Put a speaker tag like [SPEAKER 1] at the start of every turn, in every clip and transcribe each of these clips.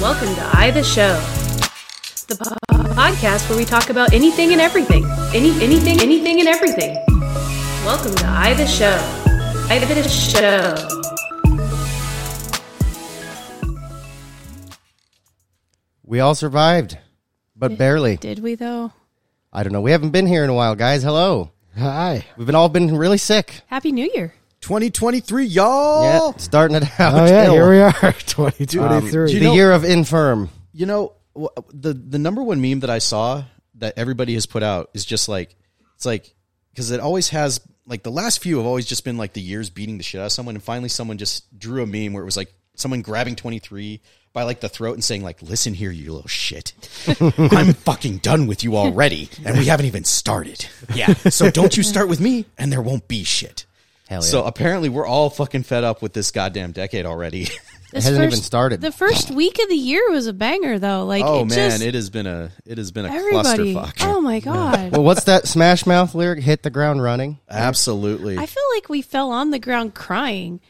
[SPEAKER 1] Welcome to I the Show, the po- podcast where we talk about anything and everything, any anything, anything and everything. Welcome to I the Show, I the Show.
[SPEAKER 2] We all survived, but barely.
[SPEAKER 3] Did we though?
[SPEAKER 2] I don't know. We haven't been here in a while, guys. Hello.
[SPEAKER 4] Hi.
[SPEAKER 2] We've been all been really sick.
[SPEAKER 3] Happy New Year.
[SPEAKER 4] 2023, y'all.
[SPEAKER 2] Yeah, starting it out.
[SPEAKER 4] Oh, yeah,
[SPEAKER 2] ill.
[SPEAKER 4] here we are. 2023.
[SPEAKER 2] The
[SPEAKER 4] you, know,
[SPEAKER 2] year of infirm.
[SPEAKER 5] You know, wh- the the number one meme that I saw that everybody has put out is just like it's like because it always has like the last few have always just been like the years beating the shit out of someone, and finally someone just drew a meme where it was like someone grabbing twenty three by like the throat and saying like, "Listen here, you little shit, I'm fucking done with you already, and we haven't even started. Yeah, so don't you start with me, and there won't be shit."
[SPEAKER 2] Hell yeah.
[SPEAKER 5] So
[SPEAKER 4] uh,
[SPEAKER 5] apparently we're all fucking fed up with this goddamn decade already.
[SPEAKER 3] This
[SPEAKER 2] hasn't even started.
[SPEAKER 3] The first week of the year was a banger though. Like
[SPEAKER 5] oh
[SPEAKER 3] it
[SPEAKER 5] man,
[SPEAKER 3] just,
[SPEAKER 5] it has been a it has been a
[SPEAKER 3] everybody.
[SPEAKER 5] clusterfuck.
[SPEAKER 3] Oh my god.
[SPEAKER 2] well, what's that Smash Mouth lyric? Hit the ground running.
[SPEAKER 5] Absolutely.
[SPEAKER 3] I
[SPEAKER 5] I,
[SPEAKER 3] feel like we fell on the ground crying.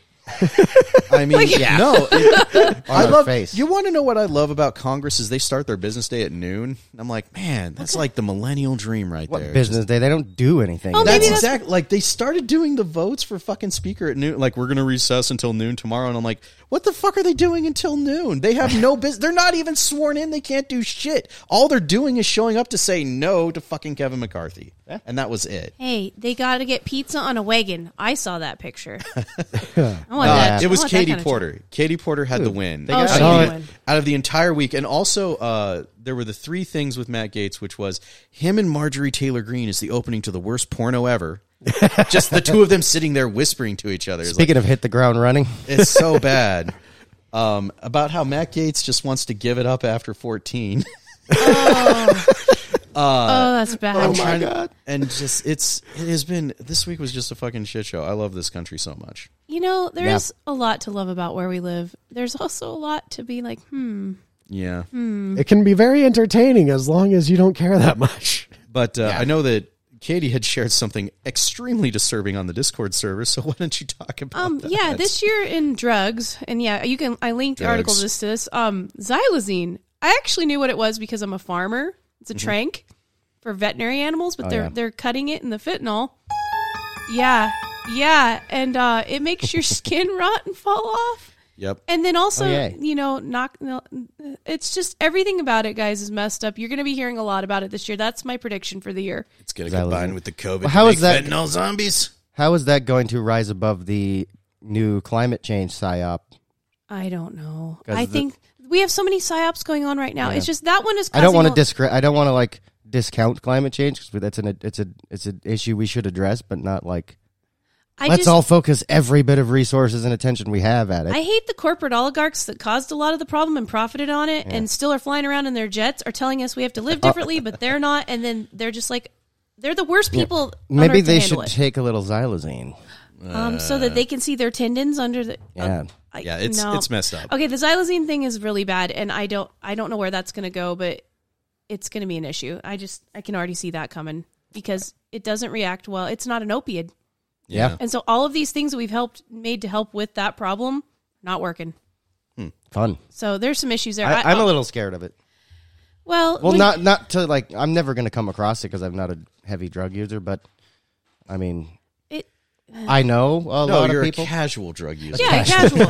[SPEAKER 5] mean, no. it- I
[SPEAKER 2] our
[SPEAKER 5] love.
[SPEAKER 2] face.
[SPEAKER 5] You want to know what I love about Congress is they start their business day at noon. I'm like, man, that's like the millennial dream right
[SPEAKER 2] What
[SPEAKER 5] there.
[SPEAKER 2] business day? They don't do anything.
[SPEAKER 3] Oh,
[SPEAKER 5] That's
[SPEAKER 3] Maybe that's-
[SPEAKER 5] exactly like they started doing the votes for fucking speaker at noon. Like we're gonna recess until noon tomorrow, and I'm like, what the fuck are they doing until noon? They have no business. They're not even sworn in. They can't do shit. All they're doing is showing up to say no to fucking Kevin McCarthy, and that was it.
[SPEAKER 3] Hey, they got to get pizza on a wagon. I saw that picture. I want
[SPEAKER 5] Uh,
[SPEAKER 3] that.
[SPEAKER 5] It was
[SPEAKER 3] I want Oh, that
[SPEAKER 5] Katie
[SPEAKER 3] kind of
[SPEAKER 5] Porter. Katie Porter had the win.
[SPEAKER 3] Oh,
[SPEAKER 5] out,
[SPEAKER 3] she
[SPEAKER 5] of
[SPEAKER 3] did
[SPEAKER 5] the,
[SPEAKER 3] win.
[SPEAKER 5] out of the entire week. And also, uh, there were the three things with Matt Gates, which was him and Marjorie Taylor Greene is the opening to the worst porno ever. Just the two of them sitting there whispering to each other. It's, like,
[SPEAKER 2] Speaking of hit the ground running,
[SPEAKER 5] it's so bad. Um, about how Matt Gates just wants to give it up after 14.
[SPEAKER 3] Oh, that's bad.
[SPEAKER 5] my God. And just, it's, it has been, this week was just a fucking shit show. I love this country so much.
[SPEAKER 3] You know, there's a lot to love about where we live. There's also a lot to be like, hmm.
[SPEAKER 5] Yeah.
[SPEAKER 4] it can be very entertaining as long as you don't care that much.
[SPEAKER 5] But uh, I know that Katie had shared something extremely disturbing on the Discord server, so why don't you talk about
[SPEAKER 3] Um,
[SPEAKER 5] that?
[SPEAKER 3] yeah, this year in drugs, and yeah, you can. I linked
[SPEAKER 5] Drugs.
[SPEAKER 3] articles to this. Um, xylazine. I actually knew what it was because I'm a farmer. It's a trank for veterinary animals, but they're
[SPEAKER 2] Mm-hmm. Oh, yeah.
[SPEAKER 3] they're cutting it in the fentanyl. Yeah, yeah, and uh, it makes your skin rot and fall off.
[SPEAKER 5] Yep.
[SPEAKER 3] And then also,
[SPEAKER 2] Oh, yay.
[SPEAKER 3] you know, knock. no, It's just everything about it, guys, is messed up. You're going to be hearing a lot about it this year. That's my prediction for the year.
[SPEAKER 5] It's going to
[SPEAKER 2] Xylazine.
[SPEAKER 5] combine with the COVID.
[SPEAKER 2] Well, how
[SPEAKER 5] to
[SPEAKER 2] is that-
[SPEAKER 5] make Fentanyl zombies.
[SPEAKER 2] how is that going to rise above the new climate change psyop?
[SPEAKER 3] I don't know.
[SPEAKER 2] 'Cause
[SPEAKER 3] I
[SPEAKER 2] the-
[SPEAKER 3] think we have so many psyops going on right now. It's just that one is.
[SPEAKER 2] I don't
[SPEAKER 3] causing
[SPEAKER 2] want to
[SPEAKER 3] a-
[SPEAKER 2] discre- I don't want to like discount climate change because that's an it's a it's an issue we should address, but not like
[SPEAKER 3] I
[SPEAKER 2] let's
[SPEAKER 3] just,
[SPEAKER 2] all focus every bit of resources and attention we have at it.
[SPEAKER 3] I hate the corporate oligarchs that caused a lot of the problem and profited on it and still are flying around in their jets are telling us we have to live differently, but they're not. And then they're just like, they're the worst people. on
[SPEAKER 2] Maybe
[SPEAKER 3] earth
[SPEAKER 2] they
[SPEAKER 3] to
[SPEAKER 2] should
[SPEAKER 3] handle it.
[SPEAKER 2] take a little xylazine.
[SPEAKER 3] um, so that they can see their tendons under the. um,
[SPEAKER 2] Yeah.
[SPEAKER 3] I-
[SPEAKER 5] Yeah, it's- it's messed up.
[SPEAKER 3] Okay, the xylazine thing is really bad, and I don't, I don't know where that's going to go, but it's going to be an issue. I just, I can already see that coming because it doesn't react well. It's not an opiate,
[SPEAKER 2] Yeah.
[SPEAKER 3] and so all of these things that we've helped made to help with that problem not working.
[SPEAKER 2] Fun.
[SPEAKER 3] So there's some issues there.
[SPEAKER 2] I,
[SPEAKER 3] I-
[SPEAKER 2] I'm a little scared of it.
[SPEAKER 3] Well,
[SPEAKER 2] Well,
[SPEAKER 3] we-
[SPEAKER 2] not not to like. I'm never going to come across it because I'm not a heavy drug user. But I mean,
[SPEAKER 3] It,
[SPEAKER 2] I know a
[SPEAKER 5] No,
[SPEAKER 2] lot
[SPEAKER 5] you're
[SPEAKER 2] of
[SPEAKER 5] a
[SPEAKER 2] people.
[SPEAKER 5] casual drug user.
[SPEAKER 3] yeah, casual. You're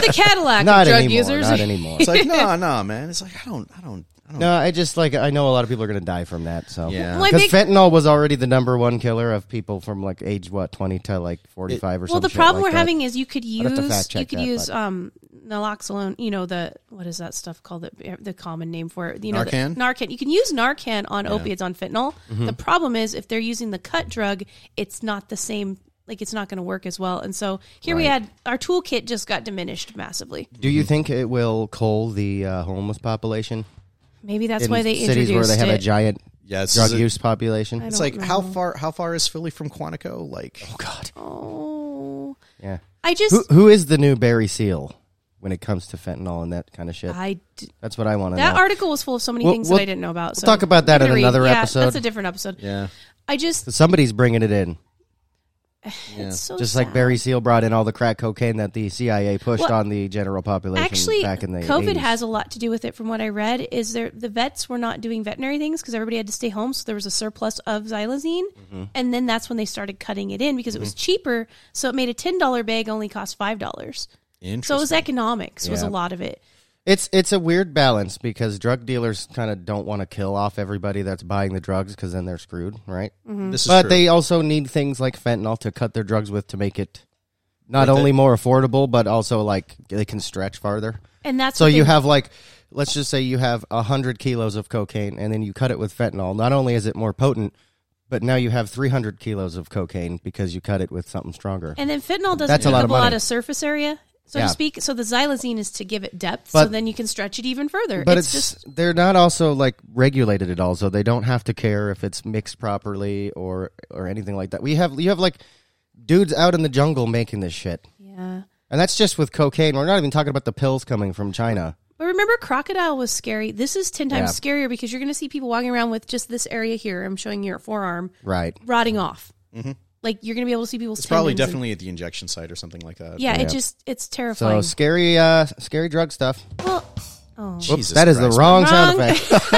[SPEAKER 3] the Cadillac
[SPEAKER 2] not
[SPEAKER 3] of drug
[SPEAKER 2] anymore.
[SPEAKER 3] users.
[SPEAKER 2] Not anymore.
[SPEAKER 5] It's like, no, no, man. It's like, I don't, I don't, I don't.
[SPEAKER 2] no, I just like I know a lot of people are going to die from that. So
[SPEAKER 5] Yeah.
[SPEAKER 3] Well, I
[SPEAKER 2] Because
[SPEAKER 3] think-
[SPEAKER 2] fentanyl was already the number one killer of people from like age what twenty to like forty five or
[SPEAKER 3] well,
[SPEAKER 2] something.
[SPEAKER 3] the problem
[SPEAKER 2] like
[SPEAKER 3] we're
[SPEAKER 2] that.
[SPEAKER 3] having is you could
[SPEAKER 2] have to
[SPEAKER 3] use
[SPEAKER 2] fact
[SPEAKER 3] you
[SPEAKER 2] check
[SPEAKER 3] could
[SPEAKER 2] that,
[SPEAKER 3] use
[SPEAKER 2] but-
[SPEAKER 3] um naloxone. You know the what is that stuff called? The the common name for it. You know, the-
[SPEAKER 5] Narcan?
[SPEAKER 3] Narcan. You can use Narcan on opiates on fentanyl.
[SPEAKER 2] Mm-hmm.
[SPEAKER 3] The problem is if they're using the cut drug, it's not the same. Like it's not going to work as well. And so here we had our toolkit just got diminished massively.
[SPEAKER 2] Do you think it will cull the uh, homeless population
[SPEAKER 3] Maybe that's
[SPEAKER 2] in
[SPEAKER 3] why they
[SPEAKER 2] cities
[SPEAKER 3] introduced
[SPEAKER 2] where they have
[SPEAKER 3] it.
[SPEAKER 2] a giant
[SPEAKER 5] Yeah, it's,
[SPEAKER 2] drug
[SPEAKER 5] a-
[SPEAKER 2] use population?
[SPEAKER 3] I
[SPEAKER 5] it's
[SPEAKER 3] don't
[SPEAKER 5] like, how
[SPEAKER 3] know.
[SPEAKER 5] far, how far is Philly from Quantico? Like, oh god,
[SPEAKER 3] Oh,
[SPEAKER 2] Yeah.
[SPEAKER 3] I just
[SPEAKER 2] Who who is the new Barry Seal when it comes to fentanyl and that kind of shit?
[SPEAKER 3] I d-
[SPEAKER 2] That's what I want to know.
[SPEAKER 3] That article was full of so many
[SPEAKER 2] We'll-
[SPEAKER 3] things
[SPEAKER 2] we'll-
[SPEAKER 3] that I didn't know about. so
[SPEAKER 2] talk about that
[SPEAKER 3] give it
[SPEAKER 2] in
[SPEAKER 3] a read.
[SPEAKER 2] another
[SPEAKER 3] Yeah,
[SPEAKER 2] episode.
[SPEAKER 3] That's a different episode.
[SPEAKER 5] yeah.
[SPEAKER 3] I just
[SPEAKER 2] Somebody's bringing it in.
[SPEAKER 3] It's so
[SPEAKER 2] Just like
[SPEAKER 3] sad.
[SPEAKER 2] Barry Seal brought in all the crack cocaine that the CIA pushed
[SPEAKER 3] Well,
[SPEAKER 2] on the general population
[SPEAKER 3] Actually,
[SPEAKER 2] back in the
[SPEAKER 3] COVID
[SPEAKER 2] 80s.
[SPEAKER 3] has a lot to do with it, from what I read. Is there the vets were not doing veterinary things because everybody had to stay home, so there was a surplus of xylazine,
[SPEAKER 2] Mm-hmm.
[SPEAKER 3] and then that's when they started cutting it in because it was cheaper. So it made a ten dollar bag only cost five dollars. So it was economics was a
[SPEAKER 2] Yeah.
[SPEAKER 3] lot of it.
[SPEAKER 2] It's it's a weird balance because drug dealers kind of don't want to kill off everybody that's buying the drugs because then they're screwed, right?
[SPEAKER 5] This is
[SPEAKER 2] But
[SPEAKER 5] true.
[SPEAKER 2] they also need things like fentanyl to cut their drugs with to make it not only more affordable but also like they can stretch farther.
[SPEAKER 3] And that's
[SPEAKER 2] So
[SPEAKER 3] what
[SPEAKER 2] you
[SPEAKER 3] they-
[SPEAKER 2] have like, let's just say you have hundred kilos of cocaine, and then you cut it with fentanyl. Not only is it more potent, but now you have three hundred kilos of cocaine because you cut it with something stronger.
[SPEAKER 3] and then fentanyl doesn't
[SPEAKER 2] That's a
[SPEAKER 3] take
[SPEAKER 2] lot
[SPEAKER 3] up
[SPEAKER 2] of
[SPEAKER 3] a lot
[SPEAKER 2] money.
[SPEAKER 3] of surface area. So
[SPEAKER 2] Yeah.
[SPEAKER 3] to speak, so the xylazine is to give it depth, so
[SPEAKER 2] But-
[SPEAKER 3] then you can stretch it even further.
[SPEAKER 2] but
[SPEAKER 3] it's,
[SPEAKER 2] it's,
[SPEAKER 3] just
[SPEAKER 2] they're not also like regulated at all, so they don't have to care if it's mixed properly or or anything like that. We have you have like dudes out in the jungle making this shit,
[SPEAKER 3] yeah.
[SPEAKER 2] and that's just with cocaine. We're not even talking about the pills coming from China.
[SPEAKER 3] But remember, crocodile was scary. This is ten times
[SPEAKER 2] Yeah.
[SPEAKER 3] scarier because you're going to see people walking around with just this area here. I'm showing your forearm
[SPEAKER 2] Right.
[SPEAKER 3] rotting off. Like you're going to be able to see people's.
[SPEAKER 5] it's probably
[SPEAKER 3] tendons and-
[SPEAKER 5] definitely at the injection site or something like that.
[SPEAKER 3] yeah,
[SPEAKER 2] Yeah.
[SPEAKER 3] It just it's
[SPEAKER 2] So
[SPEAKER 3] terrifying.
[SPEAKER 2] scary, uh, scary drug stuff.
[SPEAKER 3] well,
[SPEAKER 2] Whoops,
[SPEAKER 5] Jesus
[SPEAKER 2] that is
[SPEAKER 5] Christ.
[SPEAKER 2] the wrong, sound
[SPEAKER 3] Wrong.
[SPEAKER 2] effect.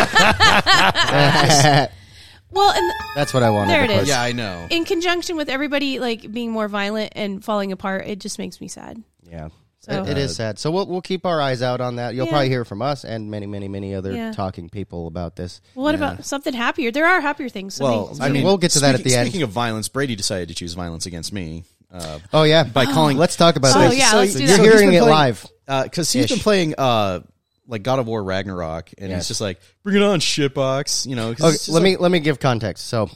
[SPEAKER 3] well, and
[SPEAKER 2] That's what I wanted.
[SPEAKER 3] There
[SPEAKER 2] to
[SPEAKER 3] it
[SPEAKER 2] push.
[SPEAKER 3] is.
[SPEAKER 5] Yeah, I know.
[SPEAKER 3] in conjunction with everybody like being more violent and falling apart, it just makes me sad.
[SPEAKER 2] Yeah.
[SPEAKER 3] So
[SPEAKER 2] It- it is sad. So we'll we'll keep our eyes out on that. You'll
[SPEAKER 3] Yeah.
[SPEAKER 2] probably hear from us and many, many, many other
[SPEAKER 3] Yeah.
[SPEAKER 2] talking people about this.
[SPEAKER 3] Well, what about something happier? There are happier things. So
[SPEAKER 5] well,
[SPEAKER 3] they-
[SPEAKER 5] I mean,
[SPEAKER 2] we'll get to that at
[SPEAKER 5] speaking-
[SPEAKER 2] the end.
[SPEAKER 5] Speaking of violence, Brady decided to choose violence against me uh,
[SPEAKER 2] Oh yeah,
[SPEAKER 5] by calling.
[SPEAKER 2] let's talk about
[SPEAKER 3] Oh,
[SPEAKER 2] this.
[SPEAKER 3] yeah, let's do
[SPEAKER 2] you're
[SPEAKER 3] that. So he's
[SPEAKER 2] hearing
[SPEAKER 5] been
[SPEAKER 2] it
[SPEAKER 5] playing-
[SPEAKER 2] live.
[SPEAKER 5] because he's been
[SPEAKER 2] Ish.
[SPEAKER 5] playing uh, like God of War Ragnarok, and he's just like, "Bring it on, shitbox!" You know. 'cause
[SPEAKER 2] Okay,
[SPEAKER 5] it's just
[SPEAKER 2] let me
[SPEAKER 5] like-
[SPEAKER 2] let me give context. So,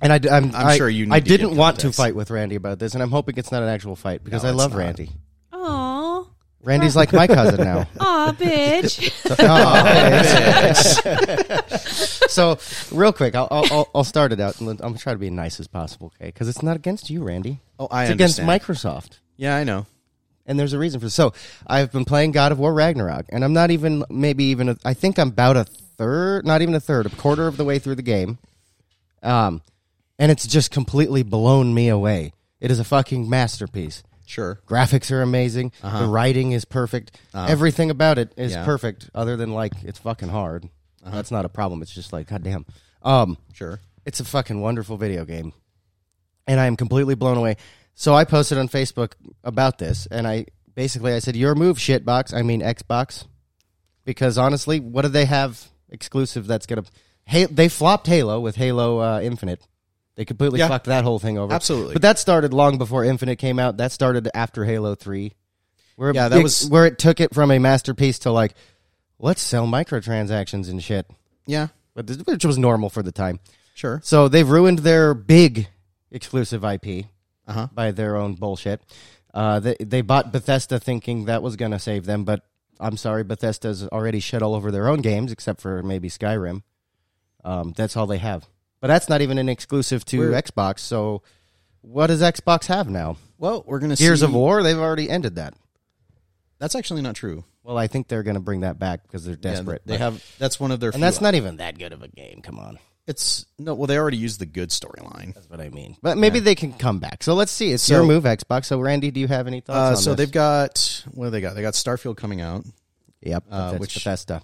[SPEAKER 2] and I, am
[SPEAKER 5] I'm sure you need
[SPEAKER 2] I
[SPEAKER 5] to give
[SPEAKER 2] didn't want to
[SPEAKER 5] context.
[SPEAKER 2] fight with Randy about this, and I'm hoping it's not an actual fight because I love Randy.
[SPEAKER 3] aw,
[SPEAKER 2] Randy's like my cousin now. Oh,
[SPEAKER 3] aw, bitch.
[SPEAKER 2] so, real quick, I'll, I'll- I'll I'll start it out, and let- I'm gonna try to be nice as possible, okay? Because it's not against you, Randy.
[SPEAKER 5] Oh, I
[SPEAKER 2] it's
[SPEAKER 5] understand.
[SPEAKER 2] against Microsoft.
[SPEAKER 5] Yeah, I know.
[SPEAKER 2] and there's a reason for so i've been playing god of war ragnarok and i'm not even maybe even a, i think i'm about a third not even a third a quarter of the way through the game um and it's just completely blown me away it is a fucking masterpiece
[SPEAKER 5] Sure.
[SPEAKER 2] graphics are amazing the writing is perfect everything about it is
[SPEAKER 5] Uh-huh. Yeah. Uh-huh.
[SPEAKER 2] perfect other than like it's fucking hard that's not a problem it's just like goddamn um
[SPEAKER 5] Sure.
[SPEAKER 2] it's a fucking wonderful video game. And I am completely blown away. So I posted on Facebook about this and I basically I said your move shitbox, I mean Xbox. Because honestly, what do they have exclusive that's going to Hey, they flopped Halo with Halo uh, Infinite. They completely
[SPEAKER 5] Yeah.
[SPEAKER 2] fucked that whole thing over.
[SPEAKER 5] Absolutely.
[SPEAKER 2] But that started long before Infinite came out. That started after Halo 3. Where
[SPEAKER 5] Yeah, that
[SPEAKER 2] it-
[SPEAKER 5] was-
[SPEAKER 2] where it took it from a masterpiece to like let's sell microtransactions and shit.
[SPEAKER 5] Yeah.
[SPEAKER 2] But this- which was normal for the time.
[SPEAKER 5] Sure.
[SPEAKER 2] So they've ruined their big exclusive IP
[SPEAKER 5] Uh-huh.
[SPEAKER 2] by their own bullshit. Uh, they, they bought Bethesda thinking that was going to save them, but I'm sorry, Bethesda's already shit all over their own games, except for maybe Skyrim. Um, that's all they have. But that's not even an exclusive to
[SPEAKER 5] We're-
[SPEAKER 2] Xbox. So what does Xbox have now?
[SPEAKER 5] Well, we're gonna
[SPEAKER 2] Gears
[SPEAKER 5] see-
[SPEAKER 2] of War? They've already ended that.
[SPEAKER 5] That's actually not true.
[SPEAKER 2] Well, I think they're going to bring that back because they're
[SPEAKER 5] Yeah,
[SPEAKER 2] desperate.
[SPEAKER 5] they
[SPEAKER 2] but-
[SPEAKER 5] have. That's one of their.
[SPEAKER 2] and that's
[SPEAKER 5] few-
[SPEAKER 2] not even that good of a game. Come on.
[SPEAKER 5] It's no. Well, they already used the good storyline.
[SPEAKER 2] That's what I mean. But maybe they can come back. So let's see. It's
[SPEAKER 5] So-
[SPEAKER 2] your move, Xbox. So Randy, do you have any thoughts?
[SPEAKER 5] Uh,
[SPEAKER 2] on
[SPEAKER 5] so
[SPEAKER 2] this?
[SPEAKER 5] they've got what do they got? They got Starfield coming out.
[SPEAKER 2] yep,
[SPEAKER 5] uh,
[SPEAKER 2] that's
[SPEAKER 5] which-
[SPEAKER 2] Bethesda.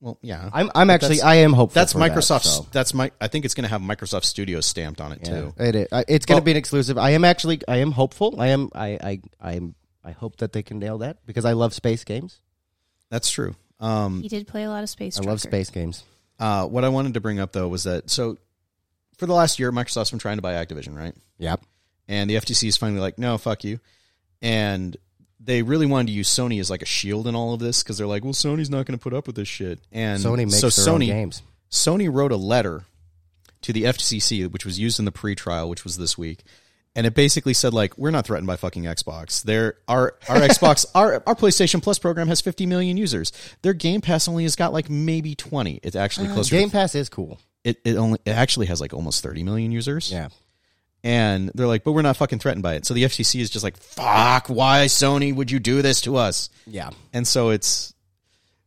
[SPEAKER 5] Well, yeah.
[SPEAKER 2] I'm I'm actually
[SPEAKER 5] that's-
[SPEAKER 2] I am hopeful.
[SPEAKER 5] that's
[SPEAKER 2] for that,
[SPEAKER 5] Microsoft.
[SPEAKER 2] so,
[SPEAKER 5] That's my. I think it's going to have Microsoft Studios stamped on it
[SPEAKER 2] yeah.
[SPEAKER 5] too.
[SPEAKER 2] It is. I- It's going to
[SPEAKER 5] Well-
[SPEAKER 2] be an exclusive. I am actually I am hopeful. I am I I I'm. I hope that they can nail that because I love space games.
[SPEAKER 5] That's true. Um,
[SPEAKER 3] he did play a lot of space.
[SPEAKER 2] I love
[SPEAKER 3] Trucker.
[SPEAKER 2] space games.
[SPEAKER 5] uh, what I wanted to bring up though was that so for the last year, Microsoft's been trying to buy Activision, right?
[SPEAKER 2] Yep.
[SPEAKER 5] And the FTC is finally like, no, fuck you. And they really wanted to use Sony as like a shield in all of this because they're like, well, Sony's not going to put up with this shit. And
[SPEAKER 2] Sony makes
[SPEAKER 5] so
[SPEAKER 2] their
[SPEAKER 5] Sony
[SPEAKER 2] own games.
[SPEAKER 5] Sony wrote a letter to the FCC, which was used in the pre-trial, which was this week, and it basically said like, "We're not threatened by fucking Xbox. There, our our Xbox, our our PlayStation Plus program has 50 million users. Their Game Pass only has got like maybe 20. It's actually closer. to-
[SPEAKER 2] Uh, Game Pass is cool.
[SPEAKER 5] it it only it actually has like almost 30 million users.
[SPEAKER 2] Yeah.
[SPEAKER 5] and they're like, but we're not fucking threatened by it. So the FCC is just like, fuck, why Sony would you do this to us?
[SPEAKER 2] Yeah.
[SPEAKER 5] and so it's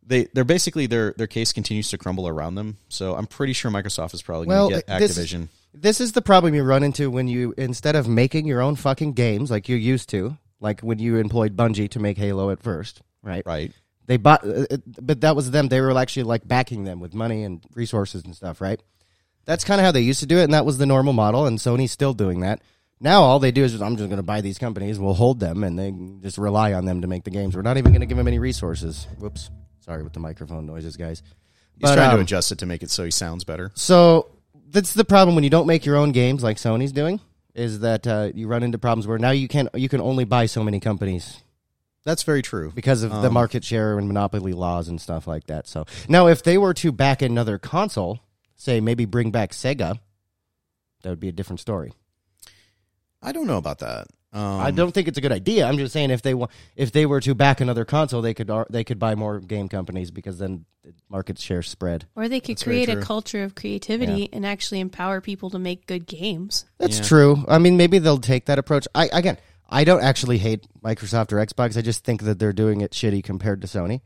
[SPEAKER 5] they they're basically their their case continues to crumble around them. So I'm pretty sure Microsoft is probably
[SPEAKER 2] Well,
[SPEAKER 5] going to get
[SPEAKER 2] this-
[SPEAKER 5] Activision.
[SPEAKER 2] This is the problem you run into when you instead of making your own fucking games like you used to, like when you employed Bungie to make Halo at first, right?
[SPEAKER 5] Right.
[SPEAKER 2] They bought, uh, uh, but that was them. They were actually like backing them with money and resources and stuff, right? That's kind of how they used to do it, and that was the normal model. And Sony's still doing that. Now all they do is just, I'm just going to buy these companies, we'll hold them, and they just rely on them to make the games. We're not even going to give them any resources. Whoops, sorry with the microphone noises, guys.
[SPEAKER 5] He's
[SPEAKER 2] But,
[SPEAKER 5] trying
[SPEAKER 2] um,
[SPEAKER 5] to adjust it to make it so he sounds better.
[SPEAKER 2] so that's the problem when you don't make your own games like Sony's doing is that uh, you run into problems where now you can not you can only buy so many companies
[SPEAKER 5] That's very true.
[SPEAKER 2] because of the
[SPEAKER 5] Um,
[SPEAKER 2] market share and monopoly laws and stuff like that. So now if they were to back another console, say maybe bring back Sega, that would be a different story.
[SPEAKER 5] I don't know about that. Um,
[SPEAKER 2] I don't think it's a good idea. I'm just saying if they wa- if they were to back another console, they could ar- they could buy more game companies because then the market share spread.
[SPEAKER 3] Or they could
[SPEAKER 5] That's very
[SPEAKER 3] create a
[SPEAKER 5] true.
[SPEAKER 3] culture of creativity and actually empower people to make good games.
[SPEAKER 2] That's
[SPEAKER 5] Yeah.
[SPEAKER 2] true. I mean, maybe they'll take that approach. I again, I don't actually hate Microsoft or Xbox. I just think that they're doing it shitty compared to Sony.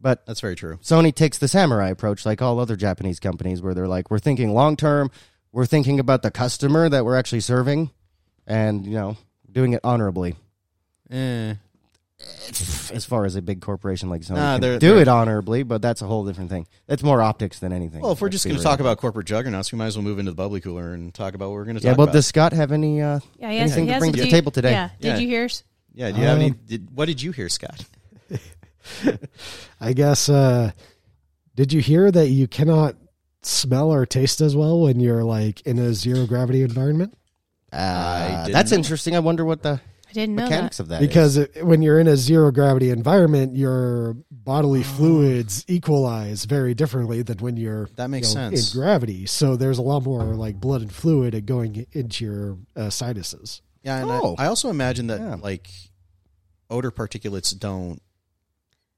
[SPEAKER 2] But
[SPEAKER 5] That's very true.
[SPEAKER 2] Sony takes the samurai approach, like all other Japanese companies, where they're like, we're thinking long term, we're thinking about the customer that we're actually serving, and you know, doing it honorably.
[SPEAKER 5] Eh.
[SPEAKER 2] As far as a big corporation like Sony
[SPEAKER 5] Nah,
[SPEAKER 2] can
[SPEAKER 5] they're-
[SPEAKER 2] do
[SPEAKER 5] they're-
[SPEAKER 2] it honorably, but that's a whole different thing. That's more optics than anything.
[SPEAKER 5] Well, if we're
[SPEAKER 2] Let's
[SPEAKER 5] just
[SPEAKER 2] be
[SPEAKER 5] going to
[SPEAKER 2] real.
[SPEAKER 5] talk about corporate juggernauts, we might as well move into the bubbly cooler and talk about what we're going to
[SPEAKER 2] yeah.
[SPEAKER 5] talk
[SPEAKER 2] Well,
[SPEAKER 5] about.
[SPEAKER 2] does Scott have any? Uh,
[SPEAKER 3] Yeah, yes,
[SPEAKER 2] Anything to
[SPEAKER 3] yes,
[SPEAKER 2] bring
[SPEAKER 3] did
[SPEAKER 2] to the
[SPEAKER 3] you-
[SPEAKER 2] table today.
[SPEAKER 3] Yeah.
[SPEAKER 5] Yeah.
[SPEAKER 3] Did you hear? s-
[SPEAKER 5] yeah, do you have any?
[SPEAKER 4] Um,
[SPEAKER 5] Did, what did you hear, Scott?
[SPEAKER 4] I guess. Uh, did you hear that you cannot smell or taste as well when you're like in a zero gravity environment?
[SPEAKER 2] uh,
[SPEAKER 5] didn't.
[SPEAKER 2] that's interesting. I wonder what the
[SPEAKER 3] I didn't know
[SPEAKER 2] mechanics
[SPEAKER 3] that.
[SPEAKER 2] of that is.
[SPEAKER 4] because it, when you're in a zero gravity environment, your bodily fluids equalize very differently than when you're
[SPEAKER 5] That makes
[SPEAKER 4] you know,
[SPEAKER 5] sense.
[SPEAKER 4] in gravity. So there's a lot more like blood and fluid and going into your uh, sinuses.
[SPEAKER 5] Yeah, and
[SPEAKER 2] Oh.
[SPEAKER 5] I, I also imagine that
[SPEAKER 2] Yeah.
[SPEAKER 5] like odor particulates don't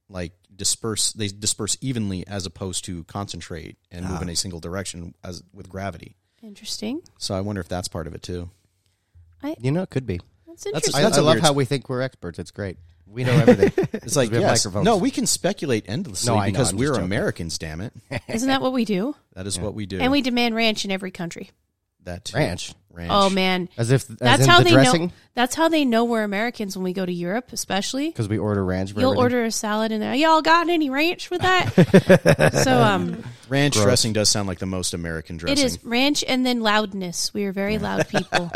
[SPEAKER 5] like disperse; they disperse evenly as opposed to concentrate and move in
[SPEAKER 2] Ah.
[SPEAKER 5] a single direction as with gravity.
[SPEAKER 3] Interesting.
[SPEAKER 5] So I wonder if that's part of it too.
[SPEAKER 2] you know, it could be.
[SPEAKER 3] That's
[SPEAKER 5] That's
[SPEAKER 3] interesting.
[SPEAKER 5] a-
[SPEAKER 2] I, I
[SPEAKER 5] that's
[SPEAKER 2] love
[SPEAKER 5] weird-
[SPEAKER 2] how we think we're experts. It's great. We know everything.
[SPEAKER 5] It's like
[SPEAKER 2] we have
[SPEAKER 5] yes,
[SPEAKER 2] microphones.
[SPEAKER 5] no, we can speculate endlessly
[SPEAKER 2] No, I know,
[SPEAKER 5] because
[SPEAKER 2] I'm just
[SPEAKER 5] we're
[SPEAKER 2] joking.
[SPEAKER 5] Americans. Damn it,
[SPEAKER 3] Isn't that what we do?
[SPEAKER 5] that is what we do.
[SPEAKER 3] And we demand ranch in every country.
[SPEAKER 5] that too.
[SPEAKER 2] ranch.
[SPEAKER 5] ranch.
[SPEAKER 3] Oh man,
[SPEAKER 2] As if as
[SPEAKER 3] that's
[SPEAKER 2] in
[SPEAKER 3] how
[SPEAKER 2] the
[SPEAKER 3] they
[SPEAKER 2] dressing,
[SPEAKER 3] know. That's how they know we're Americans when we go to Europe, especially.
[SPEAKER 2] because we order ranch. For
[SPEAKER 3] You'll
[SPEAKER 2] everything.
[SPEAKER 3] order a salad and they're y'all got any ranch with that? so um,
[SPEAKER 5] ranch dressing does sound like the most American dressing.
[SPEAKER 3] it is ranch and then loudness. We are very loud people.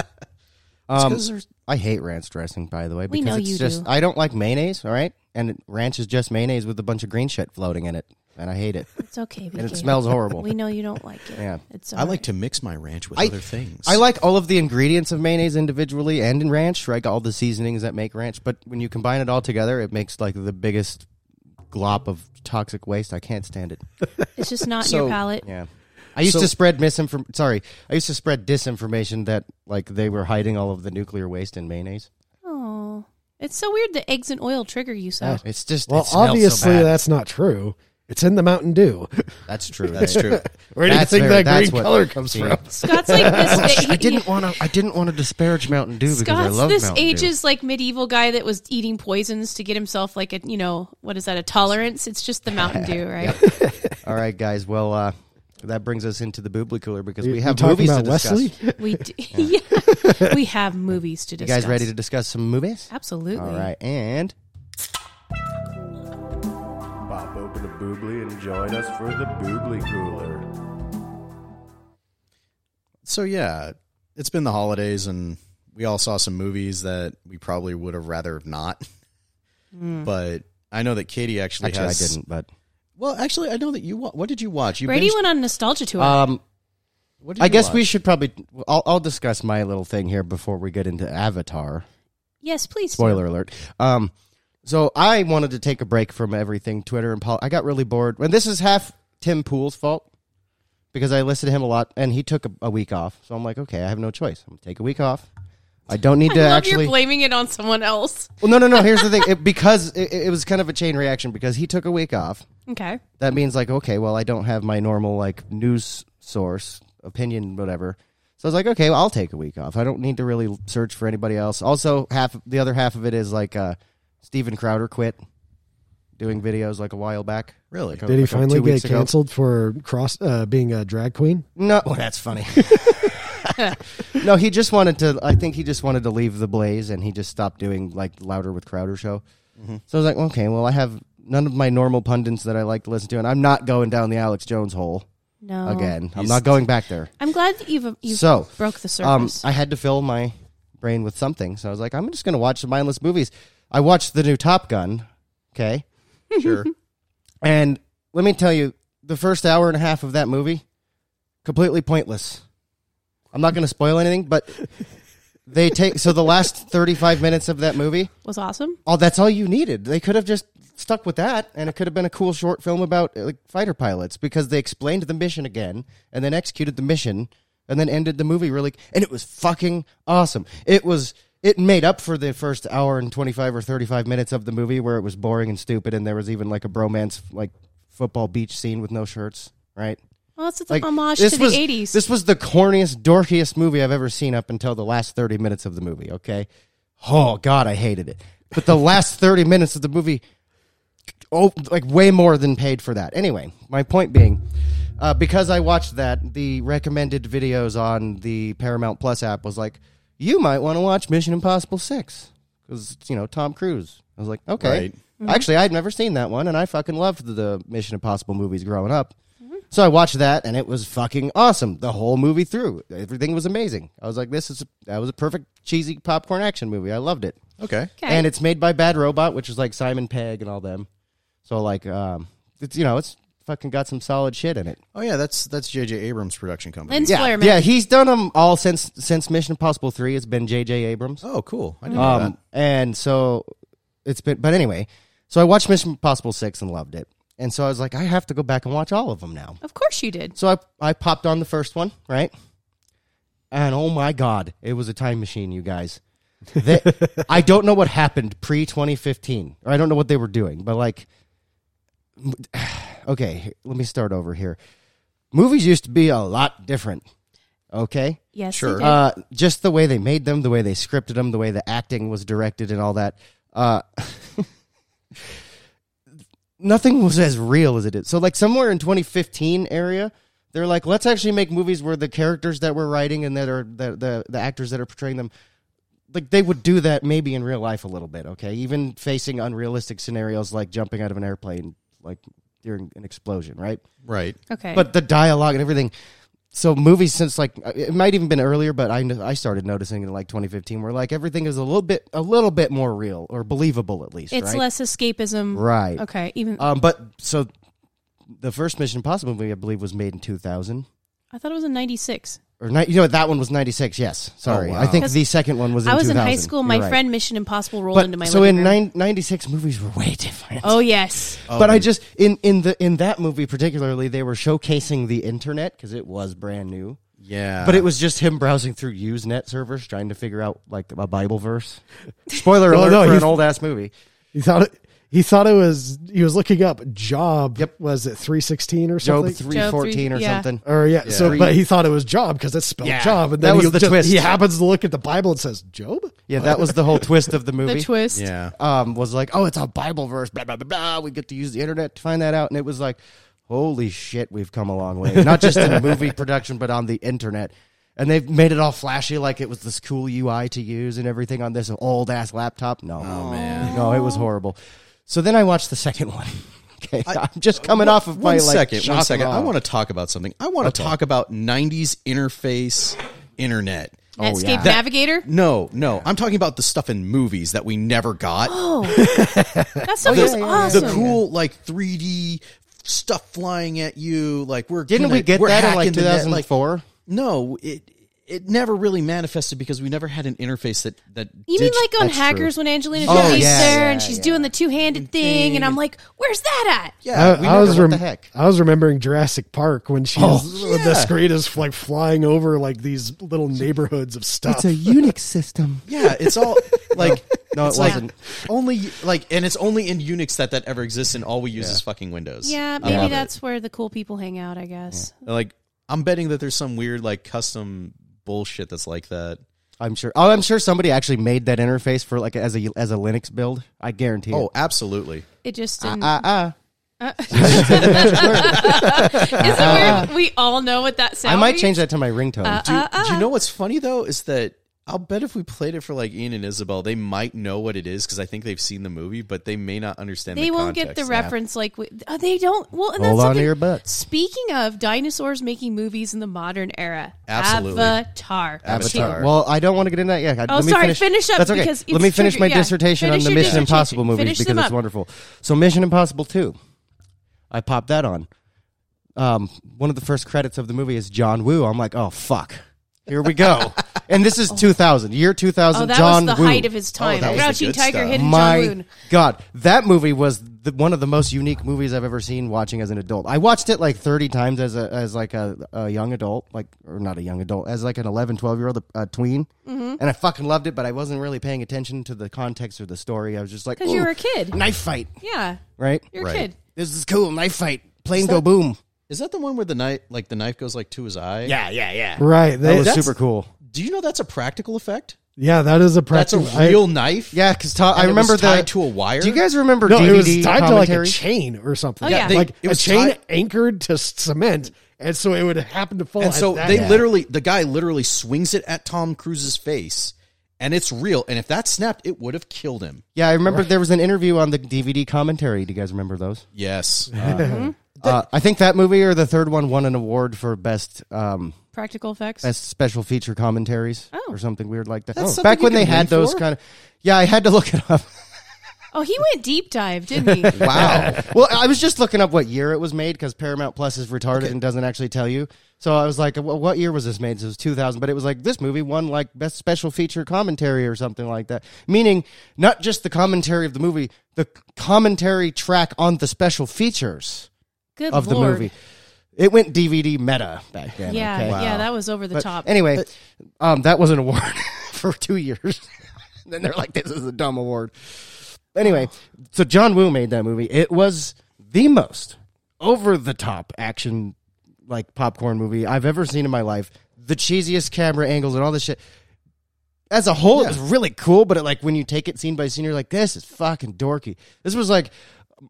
[SPEAKER 2] Um,
[SPEAKER 5] 'cause there's-
[SPEAKER 2] I hate ranch dressing, by the way, because
[SPEAKER 3] We know
[SPEAKER 2] it's
[SPEAKER 3] you
[SPEAKER 2] just
[SPEAKER 3] do.
[SPEAKER 2] I don't like mayonnaise. All right, and ranch is just mayonnaise with a bunch of green shit floating in it, and I hate it,
[SPEAKER 3] It's okay.
[SPEAKER 2] and it
[SPEAKER 3] BK.
[SPEAKER 2] smells horrible.
[SPEAKER 3] We know you don't like it.
[SPEAKER 2] Yeah.
[SPEAKER 3] it's.
[SPEAKER 5] I like to mix my ranch with
[SPEAKER 2] I-
[SPEAKER 5] other things.
[SPEAKER 2] I like all of the ingredients of mayonnaise individually and in ranch, like all the seasonings that make ranch. But when you combine it all together, it makes like the biggest glop of toxic waste. I can't stand it.
[SPEAKER 3] It's just not
[SPEAKER 5] So-
[SPEAKER 3] your palate.
[SPEAKER 2] Yeah. I used
[SPEAKER 5] So-
[SPEAKER 2] to spread misinformation. Sorry, I used to spread disinformation that like they were hiding all of the nuclear waste in mayonnaise.
[SPEAKER 3] Oh, it's so weird. The eggs and oil trigger you so.
[SPEAKER 2] It's just
[SPEAKER 4] Well,
[SPEAKER 2] it smells so
[SPEAKER 4] obviously
[SPEAKER 2] bad.
[SPEAKER 4] that's not true. It's in the Mountain Dew.
[SPEAKER 2] that's true.
[SPEAKER 5] That's true.
[SPEAKER 4] Where do
[SPEAKER 2] That's
[SPEAKER 4] you think
[SPEAKER 2] very-
[SPEAKER 4] that
[SPEAKER 2] that's what-
[SPEAKER 4] green color comes
[SPEAKER 2] See,
[SPEAKER 4] from?
[SPEAKER 3] Scott's like this.
[SPEAKER 2] I didn't want to. I didn't want to disparage Mountain Dew because I
[SPEAKER 3] Scott's
[SPEAKER 2] love
[SPEAKER 3] this
[SPEAKER 2] Mountain Dew.
[SPEAKER 3] ages like medieval guy that was eating poisons to get himself like a you know what is that a tolerance? It's just the Mountain Dew, right?
[SPEAKER 2] All right, guys. Well, uh, that brings us into the boobly cooler because we
[SPEAKER 4] You
[SPEAKER 2] have
[SPEAKER 4] talking
[SPEAKER 2] movies to
[SPEAKER 4] about
[SPEAKER 2] discuss.
[SPEAKER 4] Wesley?
[SPEAKER 3] We d yeah. we have movies to
[SPEAKER 2] You
[SPEAKER 3] discuss.
[SPEAKER 2] guys ready to discuss some movies?
[SPEAKER 3] Absolutely.
[SPEAKER 2] All right, and
[SPEAKER 6] Pop open a boobly and join us for the boobly cooler.
[SPEAKER 5] So yeah, it's been the holidays, and we all saw some movies that we probably would have rather have not. But I know that Katie actually,
[SPEAKER 2] actually, I
[SPEAKER 5] has.
[SPEAKER 2] didn't, but
[SPEAKER 5] Well, actually, I know that you. wa- What did you watch? You
[SPEAKER 3] Brady
[SPEAKER 5] binged-
[SPEAKER 3] went on nostalgia tour.
[SPEAKER 2] um,
[SPEAKER 5] what did
[SPEAKER 2] I
[SPEAKER 5] you
[SPEAKER 2] guess we
[SPEAKER 5] watch?
[SPEAKER 2] should probably. I'll, I'll discuss my little thing here before we get into Avatar.
[SPEAKER 3] yes, please.
[SPEAKER 2] Spoiler alert. Um, so I wanted to take a break from everything Twitter and Paul. I got really bored. And this is half Tim Pool's fault because I listened to him a lot, and he took a, a week off. So I'm like, okay, I have no choice. I'm gonna take a week off. I don't need
[SPEAKER 3] I
[SPEAKER 2] to
[SPEAKER 3] love
[SPEAKER 2] actually.
[SPEAKER 3] you're blaming it on someone else.
[SPEAKER 2] well, no, no, no. Here's the thing. It, because it, it was kind of a chain reaction because he took a week off.
[SPEAKER 3] Okay.
[SPEAKER 2] That means like, okay, well, I don't have my normal like news source, opinion, whatever. So I was like, okay, well, I'll take a week off. I don't need to really search for anybody else. Also, half the other half of it is like uh, Steven Crowder quit. doing videos like a while back.
[SPEAKER 5] Really?
[SPEAKER 2] Like a-
[SPEAKER 4] Did he
[SPEAKER 2] like a two
[SPEAKER 4] finally get
[SPEAKER 2] weeks ago.
[SPEAKER 4] canceled for cross uh, being a drag queen?
[SPEAKER 2] No, well, that's funny. no, he just wanted to. I think he just wanted to leave the blaze, and he just stopped doing like louder with Crowder show. So I was like, okay, well, I have none of my normal pundits that I like to listen to, and I'm not going down the Alex Jones hole
[SPEAKER 3] No.
[SPEAKER 2] again. I'm
[SPEAKER 5] He's-
[SPEAKER 2] not going back there.
[SPEAKER 3] I'm glad that you've you
[SPEAKER 2] So,
[SPEAKER 3] broke the
[SPEAKER 2] Um,
[SPEAKER 3] surface.
[SPEAKER 2] I had to fill my brain with something, so I was like, I'm just going to watch some mindless movies. I watched the new Top Gun. Okay,
[SPEAKER 5] Sure.
[SPEAKER 2] and let me tell you, the first hour and a half of that movie, completely pointless. I'm not going to spoil anything, but they take so the last 35 minutes of that movie,
[SPEAKER 3] was awesome.
[SPEAKER 2] all Oh, that's all you needed. They could have just stuck with that, and it could have been a cool short film about like fighter pilots because they explained the mission again and then executed the mission and then ended the movie really. And it was fucking awesome. It was. It made up for the first hour and twenty five or thirty five minutes of the movie where it was boring and stupid, and there was even like a bromance like football beach scene with no shirts. Right.
[SPEAKER 3] Well, it's, it's
[SPEAKER 2] Like
[SPEAKER 3] a homage
[SPEAKER 2] this
[SPEAKER 3] to
[SPEAKER 2] was
[SPEAKER 3] the 80s.
[SPEAKER 2] this was the corniest, dorkiest movie I've ever seen up until the last thirty minutes of the movie. Okay, oh god, I hated it. But the last thirty minutes of the movie, oh, like way more than paid for that. Anyway, my point being, uh, because I watched that, the recommended videos on the Paramount Plus app was like, you might want to watch Mission Impossible Six because you know Tom Cruise. I was like, okay.
[SPEAKER 5] Right.
[SPEAKER 2] Actually, I'd never seen that one, and I fucking loved the, the Mission Impossible movies growing up. So I watched that, and it was fucking awesome. The whole movie through, everything was amazing. I was like, "This is that was a perfect cheesy popcorn action movie. I loved it."
[SPEAKER 5] Okay.
[SPEAKER 3] okay.
[SPEAKER 2] And it's made by Bad Robot, which is like Simon Pegg and all them. So like, um, it's you know, it's fucking got some solid shit in it.
[SPEAKER 5] Oh yeah, that's that's JJ Abrams production company.
[SPEAKER 3] Lens flare, man.
[SPEAKER 2] yeah, he's done them all since since Mission Impossible Three. It's been J.J. Abrams.
[SPEAKER 5] oh cool. I didn't know that.
[SPEAKER 2] Um, and so it's been, but anyway, so I watched Mission Impossible 6 and loved it. And so I was like, I have to go back and watch all of them now.
[SPEAKER 3] Of course you did.
[SPEAKER 2] So I, I popped on the first one, right? And oh my God, it was a time machine, you guys. They, I don't know what happened pre 2015, or I don't know what they were doing, but like, okay, let me start over here. Movies used to be a lot different, okay?
[SPEAKER 3] Yes,
[SPEAKER 5] Sure.
[SPEAKER 3] You did.
[SPEAKER 2] Uh, just the way they made them, the way they scripted them, the way the acting was directed, and all that. Uh, nothing was as real as it is. So, like somewhere in 2015 area, they're like, let's actually make movies where the characters that we're writing and that are the the, the actors that are portraying them. Like they would do that maybe in real life a little bit, okay? Even facing unrealistic scenarios like jumping out of an airplane, like during an explosion, right?
[SPEAKER 5] Right.
[SPEAKER 3] okay.
[SPEAKER 2] but the dialogue and everything. So movies since like uh, it might even been earlier, but I kn- I started noticing in like 2015 where like everything is a little bit a little bit more real or believable at least.
[SPEAKER 3] it's
[SPEAKER 2] right?
[SPEAKER 3] less escapism.
[SPEAKER 2] right.
[SPEAKER 3] Okay. Even
[SPEAKER 2] Um, but so the first Mission Impossible movie I believe was made in 2000
[SPEAKER 3] I thought it was in 96.
[SPEAKER 2] or ni- you know what, that one was 96. Yes, sorry,
[SPEAKER 5] Oh, wow.
[SPEAKER 2] I think
[SPEAKER 3] 'Cause
[SPEAKER 2] the second one was. In
[SPEAKER 3] I was in
[SPEAKER 2] 2000.
[SPEAKER 3] high school.
[SPEAKER 2] You're
[SPEAKER 3] My
[SPEAKER 2] right.
[SPEAKER 3] friend Mission Impossible rolled
[SPEAKER 2] But,
[SPEAKER 3] into my
[SPEAKER 2] so
[SPEAKER 3] living
[SPEAKER 2] in
[SPEAKER 3] room.
[SPEAKER 2] nine, 96 movies were way different.
[SPEAKER 3] oh yes.
[SPEAKER 2] but I just in in the in that movie particularly they were showcasing the internet because it was brand new.
[SPEAKER 5] Yeah.
[SPEAKER 2] But it was just him browsing through Usenet servers trying to figure out like a Bible verse. Spoiler
[SPEAKER 4] Well,
[SPEAKER 2] alert
[SPEAKER 4] no,
[SPEAKER 2] for
[SPEAKER 4] he's-
[SPEAKER 2] an old ass movie.
[SPEAKER 4] He thought it, he thought it was he was looking up job.
[SPEAKER 2] Yep.
[SPEAKER 4] Was it three sixteen or
[SPEAKER 2] Job
[SPEAKER 4] something?
[SPEAKER 2] three fourteen or
[SPEAKER 3] yeah.
[SPEAKER 2] something.
[SPEAKER 4] or yeah, so
[SPEAKER 2] Yeah.
[SPEAKER 4] but he thought it was job because it's spelled
[SPEAKER 2] Yeah,
[SPEAKER 4] job, and
[SPEAKER 2] that
[SPEAKER 4] then
[SPEAKER 2] was
[SPEAKER 4] he
[SPEAKER 2] the
[SPEAKER 4] just-
[SPEAKER 2] twist.
[SPEAKER 4] He happens to look at the Bible and says Job.
[SPEAKER 2] Yeah, that was the whole twist of the
[SPEAKER 3] The
[SPEAKER 2] movie.
[SPEAKER 3] twist.
[SPEAKER 5] yeah.
[SPEAKER 2] um, was like, oh, it's a Bible verse, blah, blah, blah, blah. We get to use the internet to find that out. And it was like, holy shit, we've come a long way. Not just in movie production, but on the internet. And they've made it all flashy, like it was this cool UI to use and everything on this old ass laptop. No. Oh, man. No, it was horrible. So then I watched the second one. okay. I, am just coming off of my
[SPEAKER 5] One
[SPEAKER 2] like.
[SPEAKER 5] second, one second. I want
[SPEAKER 2] to.
[SPEAKER 5] to talk about something. I want to talk about 90s interface internet.
[SPEAKER 3] Netscape
[SPEAKER 2] Oh, yeah. That-
[SPEAKER 3] Navigator.
[SPEAKER 5] No, no. I'm talking about the stuff in movies that we never got.
[SPEAKER 3] That stuff was
[SPEAKER 2] Oh, yeah, yeah, yeah.
[SPEAKER 3] awesome.
[SPEAKER 5] The cool like 3D stuff flying at you like we're
[SPEAKER 2] Didn't
[SPEAKER 5] gonna-
[SPEAKER 2] we get
[SPEAKER 5] we're
[SPEAKER 2] that in
[SPEAKER 5] hacking
[SPEAKER 2] like
[SPEAKER 5] the net, like-
[SPEAKER 2] 2004?
[SPEAKER 5] no, it it never really manifested because we never had an interface that that
[SPEAKER 3] You mean
[SPEAKER 5] did-
[SPEAKER 3] like on
[SPEAKER 5] that's
[SPEAKER 3] Hackers
[SPEAKER 5] true.
[SPEAKER 3] when Angelina
[SPEAKER 5] Oh,
[SPEAKER 3] Jolie's
[SPEAKER 5] yeah,
[SPEAKER 3] there
[SPEAKER 2] yeah,
[SPEAKER 3] and she's
[SPEAKER 2] yeah.
[SPEAKER 3] doing the two-handed thing, and I'm like, "Where's that at?"
[SPEAKER 5] Yeah,
[SPEAKER 4] I,
[SPEAKER 5] we
[SPEAKER 4] I
[SPEAKER 5] never-
[SPEAKER 4] was
[SPEAKER 2] what the
[SPEAKER 4] rem-
[SPEAKER 2] heck?
[SPEAKER 4] I was remembering Jurassic Park when she is- when
[SPEAKER 5] yeah.
[SPEAKER 4] the screen is like flying over like these little neighborhoods of stuff.
[SPEAKER 2] Unix system.
[SPEAKER 5] yeah, it's all like
[SPEAKER 2] No, it
[SPEAKER 5] it's like
[SPEAKER 2] wasn't.
[SPEAKER 5] only like and it's only in Unix that that ever exists and all we use is fucking Windows. Uh,
[SPEAKER 3] Yeah,
[SPEAKER 5] I
[SPEAKER 3] maybe
[SPEAKER 5] love it.
[SPEAKER 3] that's where the cool people hang out. I guess.
[SPEAKER 5] Like, I'm betting that there's some weird, like, custom bullshit that's like that.
[SPEAKER 2] I'm sure. Oh, I'm sure somebody actually made that interface for like as a as a Linux build. I guarantee.
[SPEAKER 5] Oh, absolutely.
[SPEAKER 3] It just didn't.
[SPEAKER 2] it. Uh,
[SPEAKER 3] is it weird? We all know what that sounds.
[SPEAKER 2] Ah. I might change that to my ringtone.
[SPEAKER 5] Do, do
[SPEAKER 3] Uh-uh.
[SPEAKER 5] you know what's funny though is that I'll bet if we played it for like Ian and Isabel, they might know what it is because I think they've seen the movie, but they may not understand.
[SPEAKER 3] They
[SPEAKER 5] the
[SPEAKER 3] won't get the
[SPEAKER 5] context.
[SPEAKER 3] reference like we, oh, they don't. Well, and
[SPEAKER 2] Hold
[SPEAKER 3] that's
[SPEAKER 2] on to
[SPEAKER 3] something-
[SPEAKER 2] your butts.
[SPEAKER 3] Speaking of dinosaurs making movies in the modern era,
[SPEAKER 5] Absolutely.
[SPEAKER 3] Avatar.
[SPEAKER 5] Avatar.
[SPEAKER 2] Well, I don't want to get into that yet.
[SPEAKER 3] Oh,
[SPEAKER 2] Let me
[SPEAKER 3] sorry,
[SPEAKER 2] Finish,
[SPEAKER 3] finish up
[SPEAKER 2] That's okay.
[SPEAKER 3] because
[SPEAKER 2] Let me
[SPEAKER 3] it's
[SPEAKER 2] finish
[SPEAKER 3] trigger-
[SPEAKER 2] my
[SPEAKER 3] yeah.
[SPEAKER 2] dissertation
[SPEAKER 3] Finish
[SPEAKER 2] on
[SPEAKER 3] your
[SPEAKER 2] the Mission
[SPEAKER 3] dissertation.
[SPEAKER 2] Impossible movies
[SPEAKER 3] Finish
[SPEAKER 2] because
[SPEAKER 3] them
[SPEAKER 2] it's
[SPEAKER 3] up.
[SPEAKER 2] wonderful. So, Mission Impossible 2. I popped that on. Um, one of the first credits of the movie is John Woo. I'm like, oh, fuck. Here we go. and this is 2000, year 2000.
[SPEAKER 3] Oh, that
[SPEAKER 2] John
[SPEAKER 3] was the
[SPEAKER 2] Woo. Oh,
[SPEAKER 3] height of his time.
[SPEAKER 5] that was the
[SPEAKER 3] Crouching
[SPEAKER 5] good
[SPEAKER 3] Tiger,
[SPEAKER 5] stuff.
[SPEAKER 3] Hidden John Woo.
[SPEAKER 2] My God, that movie was the, one of the most unique movies I've ever seen watching as an adult. I watched it like 30 times as a as like a, a young adult, like or not a young adult, as like an 11, 12 year old, a, tween,
[SPEAKER 3] Mm-hmm.
[SPEAKER 2] and I fucking loved it. But I wasn't really paying attention to the context or the story. I was just like,
[SPEAKER 3] Because you
[SPEAKER 2] "Ooh,
[SPEAKER 3] were a kid.
[SPEAKER 2] knife fight,
[SPEAKER 3] Yeah,
[SPEAKER 2] right?
[SPEAKER 3] you're
[SPEAKER 5] Right.
[SPEAKER 3] a kid.
[SPEAKER 2] This is cool, knife fight, plane go boom.
[SPEAKER 5] Is that the one where the knife, like the knife, goes like to his eye?
[SPEAKER 2] Yeah, yeah, yeah.
[SPEAKER 4] Right. They,
[SPEAKER 2] That was
[SPEAKER 4] that's-
[SPEAKER 2] super cool.
[SPEAKER 5] Do you know that's a practical effect?
[SPEAKER 4] Yeah, that is a
[SPEAKER 5] That's a
[SPEAKER 4] practical. I-
[SPEAKER 5] real knife.
[SPEAKER 2] Yeah, because I
[SPEAKER 5] And it was
[SPEAKER 2] remember the
[SPEAKER 5] tied to a wire?
[SPEAKER 2] Do you guys remember
[SPEAKER 4] no,
[SPEAKER 2] DVD
[SPEAKER 4] it was tied to like a
[SPEAKER 2] commentary?
[SPEAKER 4] chain or something.
[SPEAKER 3] Oh, Yeah, yeah.
[SPEAKER 5] they-
[SPEAKER 4] like
[SPEAKER 5] it was
[SPEAKER 4] a chain
[SPEAKER 5] tied-
[SPEAKER 4] anchored to s- cement, and so it would happen to fall.
[SPEAKER 5] And
[SPEAKER 4] at
[SPEAKER 5] so
[SPEAKER 4] that
[SPEAKER 5] they
[SPEAKER 4] angle.
[SPEAKER 5] literally, the guy literally swings it at Tom Cruise's face, and it's real. And if that snapped, it would have killed him.
[SPEAKER 2] Yeah, I remember there was an interview on the DVD commentary. Do you guys remember those?
[SPEAKER 5] Yes.
[SPEAKER 2] Uh, I think that movie or the third one won an award for best um,
[SPEAKER 3] Practical effects.
[SPEAKER 2] best special feature commentaries or something weird like that.
[SPEAKER 5] Oh.
[SPEAKER 2] Oh.
[SPEAKER 5] That's something
[SPEAKER 2] Back
[SPEAKER 5] you
[SPEAKER 2] when they
[SPEAKER 5] can
[SPEAKER 2] had
[SPEAKER 5] win
[SPEAKER 2] those
[SPEAKER 5] for?
[SPEAKER 2] kind of, yeah, I had to look it up.
[SPEAKER 3] oh, he went deep dive, didn't he?
[SPEAKER 5] wow.
[SPEAKER 2] well, I was just looking up what year it was made because Paramount Plus is retarded and doesn't actually tell you. So I was like, well, what year was this made? So it was 2000, but it was like this movie won like best special feature commentary or something like that. Meaning not just the commentary of the movie, the commentary track on the special features
[SPEAKER 3] Good
[SPEAKER 2] of the
[SPEAKER 3] lord.
[SPEAKER 2] movie. It went DVD meta back then.
[SPEAKER 3] Yeah,
[SPEAKER 2] okay?
[SPEAKER 3] yeah, that was over the
[SPEAKER 2] But
[SPEAKER 3] top.
[SPEAKER 2] Anyway, um, that was an award for two years. then they're like, "This is a dumb award." Anyway, so John Woo made that movie. It was the most over the top action like popcorn movie I've ever seen in my life. The cheesiest camera angles and all this shit. As a whole, it was really cool, but it, like when you take it scene by scene, you're like, "This is fucking dorky." This was like,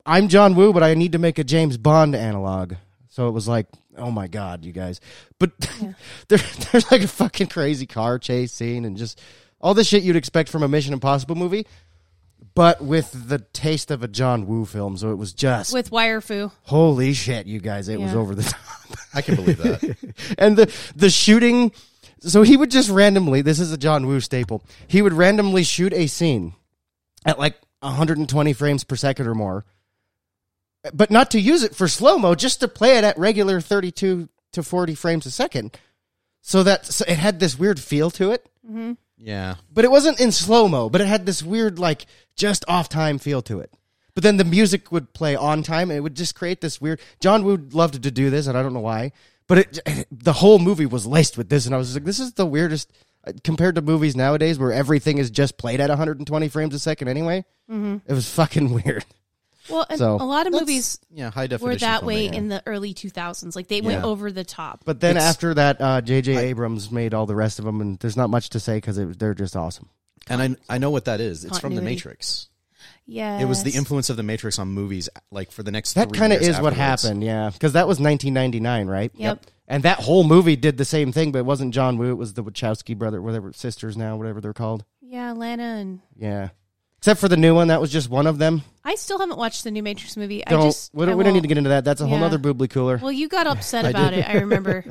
[SPEAKER 2] "I'm John Woo, but I need to make a James Bond analog." So it was like, "Oh my god, you guys!" But there, there's like a fucking crazy car chase scene and just all the shit you'd expect from a Mission Impossible movie, but with the taste of a John Woo film. So it was just
[SPEAKER 3] with wire foo.
[SPEAKER 2] holy shit, you guys! It was
[SPEAKER 3] Yeah.
[SPEAKER 2] over the top
[SPEAKER 5] I can believe that.
[SPEAKER 2] and the the shooting so he would just randomly this is a john woo staple he would randomly shoot a scene at like 120 frames per second or more but not to use it for slow mo just to play it at regular 32 to 40 frames a second so that so it had this weird feel to it
[SPEAKER 5] Yeah.
[SPEAKER 2] but it wasn't in slow mo but it had this weird like just off time feel to it but then the music would play on time and it would just create this weird john woo loved to do this and i don't know why but it, the whole movie was laced with this and i was just like this is the weirdest uh, compared to movies nowadays where everything is just played at 120 frames a second anyway it was fucking weird
[SPEAKER 3] Well, and
[SPEAKER 2] So,
[SPEAKER 3] a lot of movies
[SPEAKER 5] Yeah. High definition.
[SPEAKER 3] were that way
[SPEAKER 5] filmmaking.
[SPEAKER 3] in the early 2000s. Like they went
[SPEAKER 5] Yeah.
[SPEAKER 3] over the top.
[SPEAKER 2] but then
[SPEAKER 5] It's-
[SPEAKER 2] after that uh, jj abrams made all the rest of them and there's not much to say because they're just awesome
[SPEAKER 5] And I, I know what that is. It's from The
[SPEAKER 3] Continuity.
[SPEAKER 5] Matrix.
[SPEAKER 3] yeah,
[SPEAKER 5] It was the influence of The Matrix on movies, like for the next.
[SPEAKER 2] That
[SPEAKER 5] three
[SPEAKER 2] kind of
[SPEAKER 5] years
[SPEAKER 2] is what
[SPEAKER 5] afterwards.
[SPEAKER 2] happened, yeah. Because that was 1999, right?
[SPEAKER 3] Yep.
[SPEAKER 2] And that whole movie did the same thing, but it wasn't John Woo. It was the Wachowski brother, whatever sisters now, whatever they're called.
[SPEAKER 3] Yeah, Lana and
[SPEAKER 2] Yeah. Except for the new one, that was just one of them.
[SPEAKER 3] I still haven't watched the new Matrix movie.
[SPEAKER 2] Don't
[SPEAKER 3] I just
[SPEAKER 2] we don't,
[SPEAKER 3] I
[SPEAKER 2] we don't need
[SPEAKER 3] won't-
[SPEAKER 2] to get into that. That's a whole
[SPEAKER 3] Yeah.
[SPEAKER 2] other boobly cooler.
[SPEAKER 3] Well, you got upset about it. I remember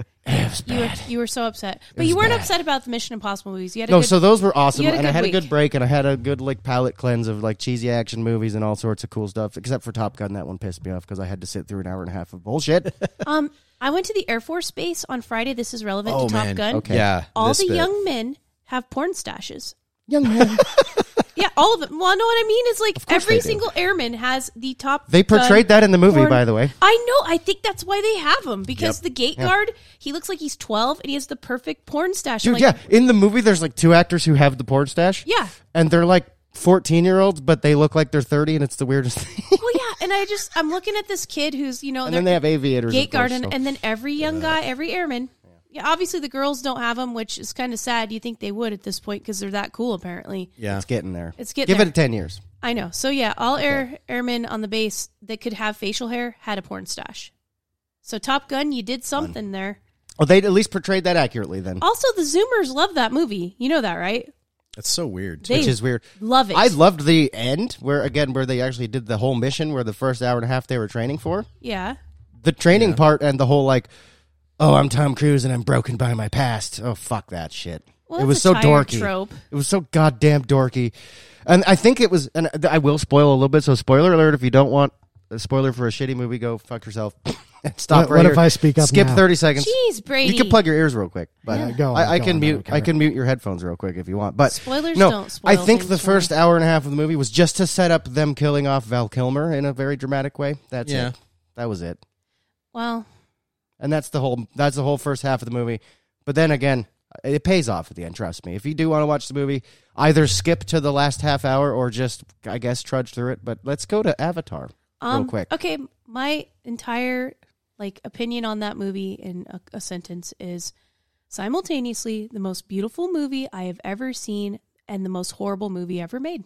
[SPEAKER 3] you were you were so upset, but you weren't upset about the Mission Impossible movies. You had a
[SPEAKER 2] no,
[SPEAKER 3] good,
[SPEAKER 2] so those were awesome,
[SPEAKER 3] you had a
[SPEAKER 2] and I
[SPEAKER 3] good
[SPEAKER 2] had
[SPEAKER 3] week.
[SPEAKER 2] a good break, and I had a good like palate cleanse of like cheesy action movies and all sorts of cool stuff. Except for Top Gun, that one pissed me off because I had to sit through an hour and a half of bullshit.
[SPEAKER 3] um, I went to the Air Force Base on Friday. This is relevant
[SPEAKER 5] Oh
[SPEAKER 3] to Top
[SPEAKER 5] man.
[SPEAKER 3] Gun.
[SPEAKER 2] Okay.
[SPEAKER 5] Yeah.
[SPEAKER 3] All
[SPEAKER 5] this
[SPEAKER 3] the
[SPEAKER 5] bit.
[SPEAKER 3] young men have porn stashes.
[SPEAKER 2] Young man,
[SPEAKER 3] Yeah, all of them. Well, I know what I mean. It's like
[SPEAKER 2] course
[SPEAKER 3] every
[SPEAKER 2] they do.
[SPEAKER 3] single airman has the top.
[SPEAKER 2] they portrayed
[SPEAKER 3] Gun
[SPEAKER 2] that in the movie,
[SPEAKER 3] porn-
[SPEAKER 2] by the way.
[SPEAKER 3] I know. I think that's why they have him because the gate guard he looks like he's twelve and he has the perfect porn stash. I'm
[SPEAKER 2] Dude,
[SPEAKER 3] like,
[SPEAKER 2] yeah. In the movie, there's like two actors who have the porn stash.
[SPEAKER 3] Yeah.
[SPEAKER 2] And they're like 14 year olds, but they look like they're 30, and it's the weirdest thing.
[SPEAKER 3] Well, yeah, and I just I'm looking at this kid who's you know
[SPEAKER 2] and
[SPEAKER 3] they're-
[SPEAKER 2] then they have aviators.
[SPEAKER 3] gate
[SPEAKER 2] of course,
[SPEAKER 3] guard and,
[SPEAKER 2] so-
[SPEAKER 3] and then every young guy every airman Yeah, obviously the girls don't have them, which is kind of sad. You think they would at this point because they're that cool, apparently.
[SPEAKER 5] Yeah.
[SPEAKER 2] It's getting there.
[SPEAKER 3] It's getting
[SPEAKER 2] Give
[SPEAKER 3] there.
[SPEAKER 2] it 10 years.
[SPEAKER 3] I know. So yeah, all air airmen on the base that could have facial hair had a porn stash. So Top Gun, you did something there.
[SPEAKER 2] Oh, they at least portrayed that accurately then,
[SPEAKER 3] Also, the Zoomers love that movie. You know that, right?
[SPEAKER 5] That's so weird.
[SPEAKER 3] They
[SPEAKER 2] which is weird.
[SPEAKER 3] love it.
[SPEAKER 2] I loved the end where again where they actually did the whole mission where the first hour and a half they were training for.
[SPEAKER 3] yeah.
[SPEAKER 2] The training part and the whole like oh, I'm Tom Cruise and I'm broken by my past. Oh, fuck that shit.
[SPEAKER 3] Well,
[SPEAKER 2] it
[SPEAKER 3] that's
[SPEAKER 2] was
[SPEAKER 3] a
[SPEAKER 2] so
[SPEAKER 3] tired
[SPEAKER 2] dorky.
[SPEAKER 3] trope.
[SPEAKER 2] It was so goddamn dorky. And I think it was and I will spoil a little bit so spoiler alert if you don't want a spoiler for a shitty movie go fuck yourself. Stop
[SPEAKER 4] What-
[SPEAKER 2] right
[SPEAKER 4] what
[SPEAKER 2] here.
[SPEAKER 4] if I speak up
[SPEAKER 2] Skip
[SPEAKER 4] now?
[SPEAKER 2] 30 seconds.
[SPEAKER 3] Jeez, Brady.
[SPEAKER 2] You can plug your ears real quick, but
[SPEAKER 4] Yeah, go on,
[SPEAKER 2] I, I
[SPEAKER 4] go
[SPEAKER 2] can
[SPEAKER 4] on, I
[SPEAKER 2] mute.
[SPEAKER 4] don't
[SPEAKER 2] I,
[SPEAKER 4] care.
[SPEAKER 2] can mute your headphones real quick if you want. But
[SPEAKER 3] Spoilers
[SPEAKER 2] no,
[SPEAKER 3] don't
[SPEAKER 2] I
[SPEAKER 3] spoil
[SPEAKER 2] think
[SPEAKER 3] things
[SPEAKER 2] the
[SPEAKER 3] for me.
[SPEAKER 2] first hour and a half of the movie was just to set up them killing off Val Kilmer in a very dramatic way. That's
[SPEAKER 5] Yeah.
[SPEAKER 2] it. That was it,
[SPEAKER 3] Well,
[SPEAKER 2] and that's the whole. That's the whole first half of the movie. But then again, it pays off at the end. Trust me. If you do want to watch the movie, either skip to the last half hour or just, I guess, trudge through it. But let's go to Avatar
[SPEAKER 3] um,
[SPEAKER 2] real quick.
[SPEAKER 3] Okay, my entire like opinion on that movie in a, a sentence is simultaneously the most beautiful movie I have ever seen and the most horrible movie ever made.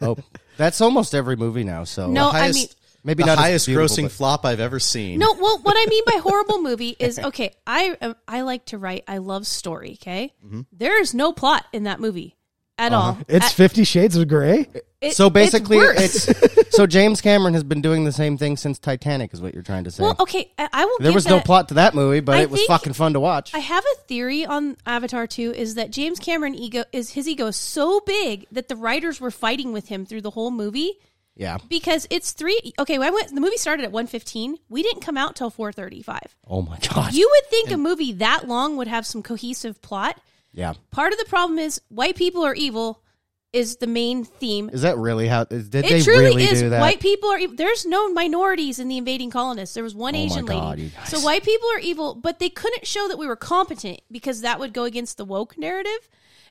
[SPEAKER 2] Oh, that's almost every movie now. So Uh,
[SPEAKER 3] No, I
[SPEAKER 5] highest,
[SPEAKER 3] mean
[SPEAKER 2] maybe
[SPEAKER 5] the
[SPEAKER 2] not as
[SPEAKER 5] highest
[SPEAKER 2] beautiful,
[SPEAKER 5] grossing
[SPEAKER 2] but-
[SPEAKER 5] flop I've ever seen.
[SPEAKER 3] No, well, what I mean by horrible movie is okay. I um, I like to write. I love story. Okay,
[SPEAKER 2] Mm-hmm.
[SPEAKER 3] There is no plot in that movie at all.
[SPEAKER 4] It's
[SPEAKER 3] At-
[SPEAKER 4] Fifty Shades of Grey.
[SPEAKER 3] it-
[SPEAKER 2] Uh-huh. so basically,
[SPEAKER 3] worse.
[SPEAKER 2] it's, so James Cameron has been doing the same thing since Titanic, is what you're trying to say.
[SPEAKER 3] well, okay. I, I will.
[SPEAKER 2] there
[SPEAKER 3] give
[SPEAKER 2] was no
[SPEAKER 3] that-
[SPEAKER 2] plot to that movie, but
[SPEAKER 3] I
[SPEAKER 2] it was
[SPEAKER 3] think-
[SPEAKER 2] fucking fun to watch.
[SPEAKER 3] I have a theory on Avatar 2 is that James Cameron ego is his ego is so big that the writers were fighting with him through the whole movie
[SPEAKER 2] yeah.
[SPEAKER 3] because it's 3 Okay, I went the movie started at 1:15. We didn't come out till 4:35.
[SPEAKER 2] Oh my god.
[SPEAKER 3] You would think a movie that long would have some cohesive plot.
[SPEAKER 2] yeah.
[SPEAKER 3] Part of the problem is white people are evil is the main theme.
[SPEAKER 2] Is that really how? Is, did they
[SPEAKER 3] It truly
[SPEAKER 2] really
[SPEAKER 3] is.
[SPEAKER 2] do that?
[SPEAKER 3] White people are evil. There's no minorities in the invading colonists. There was one
[SPEAKER 2] Oh my
[SPEAKER 3] Asian
[SPEAKER 2] God, you
[SPEAKER 3] lady.
[SPEAKER 2] guys.
[SPEAKER 3] So white people are evil, but they couldn't show that we were competent because that would go against the woke narrative.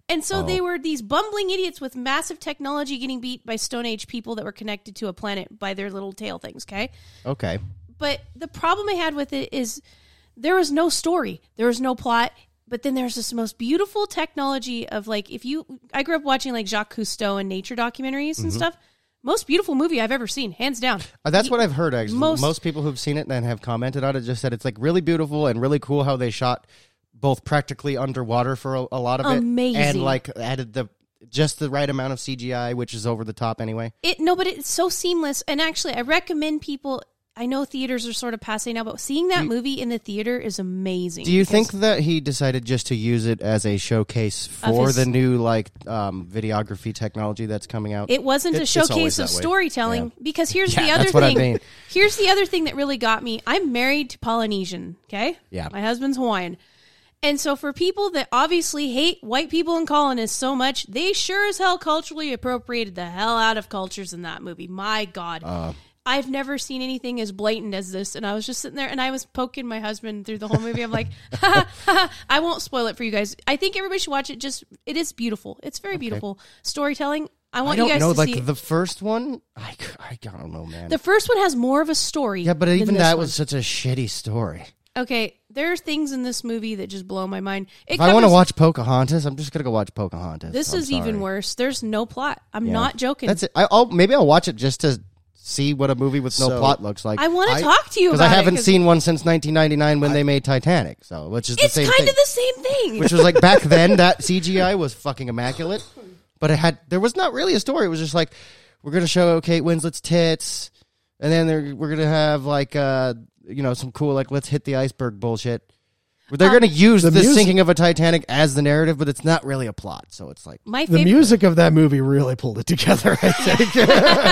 [SPEAKER 3] And so they
[SPEAKER 2] Oh.
[SPEAKER 3] were these bumbling idiots with massive technology getting beat by Stone Age people that were connected to a planet by their little tail things, okay?
[SPEAKER 2] okay.
[SPEAKER 3] But the problem I had with it is there was no story, there was no plot. But then there's this most beautiful technology of like if you I grew up watching like Jacques Cousteau and nature documentaries and stuff. Most beautiful movie I've ever seen, hands down.
[SPEAKER 2] Mm-hmm. Uh, that's what I've heard. Actually, most,
[SPEAKER 3] most-
[SPEAKER 2] people who've seen it and have commented on it just said it's like really beautiful and really cool how they shot both practically underwater for a, a lot of it, and
[SPEAKER 3] Amazing.
[SPEAKER 2] like added the just the right amount of CGI, which is over the top anyway.
[SPEAKER 3] It no, but it's so seamless. And actually, I recommend people. I know theaters are sort of passing now, but seeing that movie in the theater is amazing.
[SPEAKER 2] Do you
[SPEAKER 3] because-
[SPEAKER 2] think that he decided just to use it as a showcase
[SPEAKER 3] Of
[SPEAKER 2] for
[SPEAKER 3] his-
[SPEAKER 2] the new like um, videography technology that's coming out?
[SPEAKER 3] It wasn't
[SPEAKER 5] It-
[SPEAKER 3] a
[SPEAKER 5] it's always
[SPEAKER 3] showcase
[SPEAKER 5] that
[SPEAKER 3] of
[SPEAKER 5] way.
[SPEAKER 3] storytelling because here's the
[SPEAKER 2] Yeah,
[SPEAKER 3] other
[SPEAKER 2] that's what I
[SPEAKER 3] thing.
[SPEAKER 2] mean.
[SPEAKER 3] Here's the other thing that really got me. I'm married to Polynesian, okay?
[SPEAKER 2] Yeah.
[SPEAKER 3] My husband's Hawaiian. And so for people that obviously hate white people and colonists so much, they sure as hell culturally appropriated the hell out of cultures in that movie. My God.
[SPEAKER 2] Uh.
[SPEAKER 3] I've never seen anything as blatant as this. And I was just sitting there and I was poking my husband through the whole movie. I'm like, ha, ha, ha, I won't spoil it for you guys. I think everybody should watch it. Just, it is beautiful. It's very beautiful storytelling. I want
[SPEAKER 2] I don't
[SPEAKER 3] you guys
[SPEAKER 2] know.
[SPEAKER 3] to
[SPEAKER 2] Like
[SPEAKER 3] see.
[SPEAKER 2] the first one, I, c- I don't know, man.
[SPEAKER 3] The first one has more of a story.
[SPEAKER 2] yeah, but
[SPEAKER 3] than
[SPEAKER 2] even
[SPEAKER 3] this
[SPEAKER 2] that
[SPEAKER 3] one.
[SPEAKER 2] was such a shitty story.
[SPEAKER 3] okay. There are things in this movie that just blow my mind. It
[SPEAKER 2] If I want to
[SPEAKER 3] covers-
[SPEAKER 2] watch Pocahontas, I'm just gonna go watch Pocahontas.
[SPEAKER 3] this
[SPEAKER 2] I'm
[SPEAKER 3] is even
[SPEAKER 2] sorry.
[SPEAKER 3] worse. There's no plot. I'm
[SPEAKER 2] Yeah.
[SPEAKER 3] not joking.
[SPEAKER 2] That's it. I, I'll maybe I'll watch it just to see what a movie with no
[SPEAKER 5] So-
[SPEAKER 2] plot looks like.
[SPEAKER 3] I want
[SPEAKER 5] I-
[SPEAKER 3] to talk to you
[SPEAKER 2] because
[SPEAKER 3] about
[SPEAKER 2] I
[SPEAKER 3] it,
[SPEAKER 2] haven't
[SPEAKER 3] 'cause
[SPEAKER 2] seen one since 1999 when they made Titanic. So which is the
[SPEAKER 3] It's
[SPEAKER 2] same
[SPEAKER 3] kind
[SPEAKER 2] thing.
[SPEAKER 3] of the same thing.
[SPEAKER 2] which was like back then that CGI was fucking immaculate, but it had there was not really a story. It was just like we're gonna show Kate Winslet's tits, and then they're, we're gonna have like uh you know some cool like let's hit the iceberg bullshit. But
[SPEAKER 3] Um,
[SPEAKER 2] They're gonna use the,
[SPEAKER 4] the music-
[SPEAKER 2] sinking of a Titanic as the narrative, but it's not really a plot. So it's like
[SPEAKER 3] my
[SPEAKER 4] The
[SPEAKER 3] favorite.
[SPEAKER 4] music of that movie really pulled it together. I think.